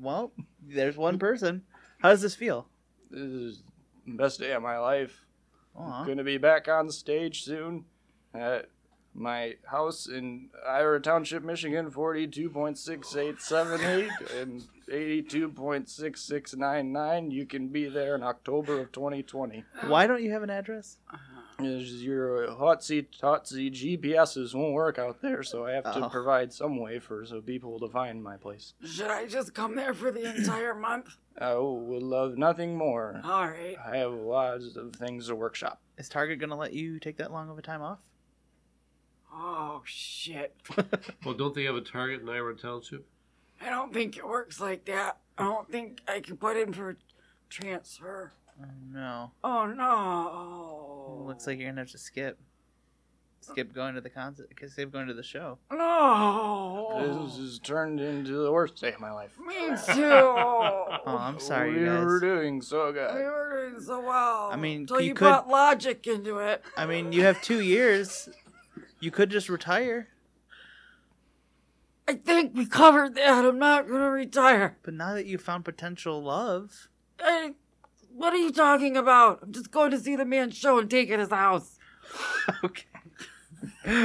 Speaker 2: Well, there's one person. How does this feel?
Speaker 5: This is the best day of my life.
Speaker 2: Aw.
Speaker 5: Gonna be back on stage soon at my house in Ira Township, Michigan, 42.6878 and 82.6699. You can be there in October of 2020.
Speaker 4: uh, Oh.
Speaker 2: Why don't you have an address?
Speaker 5: It's just Your hotsy totsy GPSs won't work out there, so I have to
Speaker 2: Oh.
Speaker 5: provide some way for so people to find my place.
Speaker 4: should I just come there for the entire month?
Speaker 5: I would love nothing more.
Speaker 4: All right.
Speaker 5: I have lots of things to workshop.
Speaker 2: Is Target gonna let you take that long of a time off?
Speaker 4: Oh shit!
Speaker 3: Well, don't they have a target in Ira Township?
Speaker 4: I don't think it works like that. I don't think I can put in for transfer.
Speaker 2: Oh, no.
Speaker 4: Oh no!
Speaker 2: Looks like you're gonna have to skip. Skip going to the concert. Skip going to the show.
Speaker 5: This
Speaker 4: no.
Speaker 5: has turned into the worst day of my life.
Speaker 4: Me too.
Speaker 2: Oh, I'm sorry,
Speaker 5: we
Speaker 2: you guys.
Speaker 5: were doing so
Speaker 4: We
Speaker 5: good.
Speaker 4: were doing so well.
Speaker 2: I mean,
Speaker 4: until
Speaker 2: you
Speaker 4: you,
Speaker 2: could-
Speaker 4: brought logic into it.
Speaker 2: I mean, you have two years. You could just retire,
Speaker 4: I think we covered that. I'm not gonna retire.
Speaker 2: but now that you found potential love,
Speaker 4: I, what are you talking about? I'm just going to see the man's show and take it his house.
Speaker 2: okay.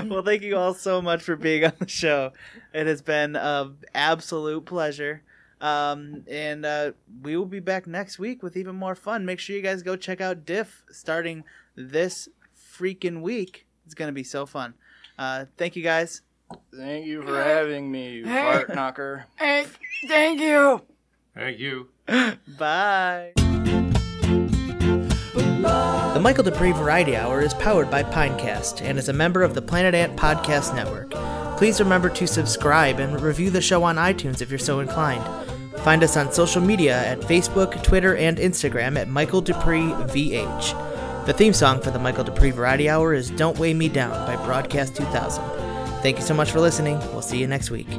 Speaker 2: well, thank you all so much for being on the show. It has been an absolute pleasure. Um, and uh, we will be back next week with even more fun. Make sure you guys go check out Diff starting this freaking week. It's gonna be so fun. Uh, thank you guys.
Speaker 5: Thank you for having me, you
Speaker 4: Hey.
Speaker 5: fart knocker.
Speaker 4: Hey, thank you.
Speaker 3: Thank you.
Speaker 2: Bye.
Speaker 1: la
Speaker 2: The Michael Dupree Variety Hour is powered by Pinecast and is a member of the Planet Ant Podcast Network. Please remember to subscribe and review the show on iTunes if you're so inclined. Find us on social media at Facebook, Twitter, and Instagram at Michael Dupree VH. The theme song for the Michael Dupree Variety Hour is Don't Weigh Me Down by Broadcast 2000. Thank you so much for listening. We'll see you next week.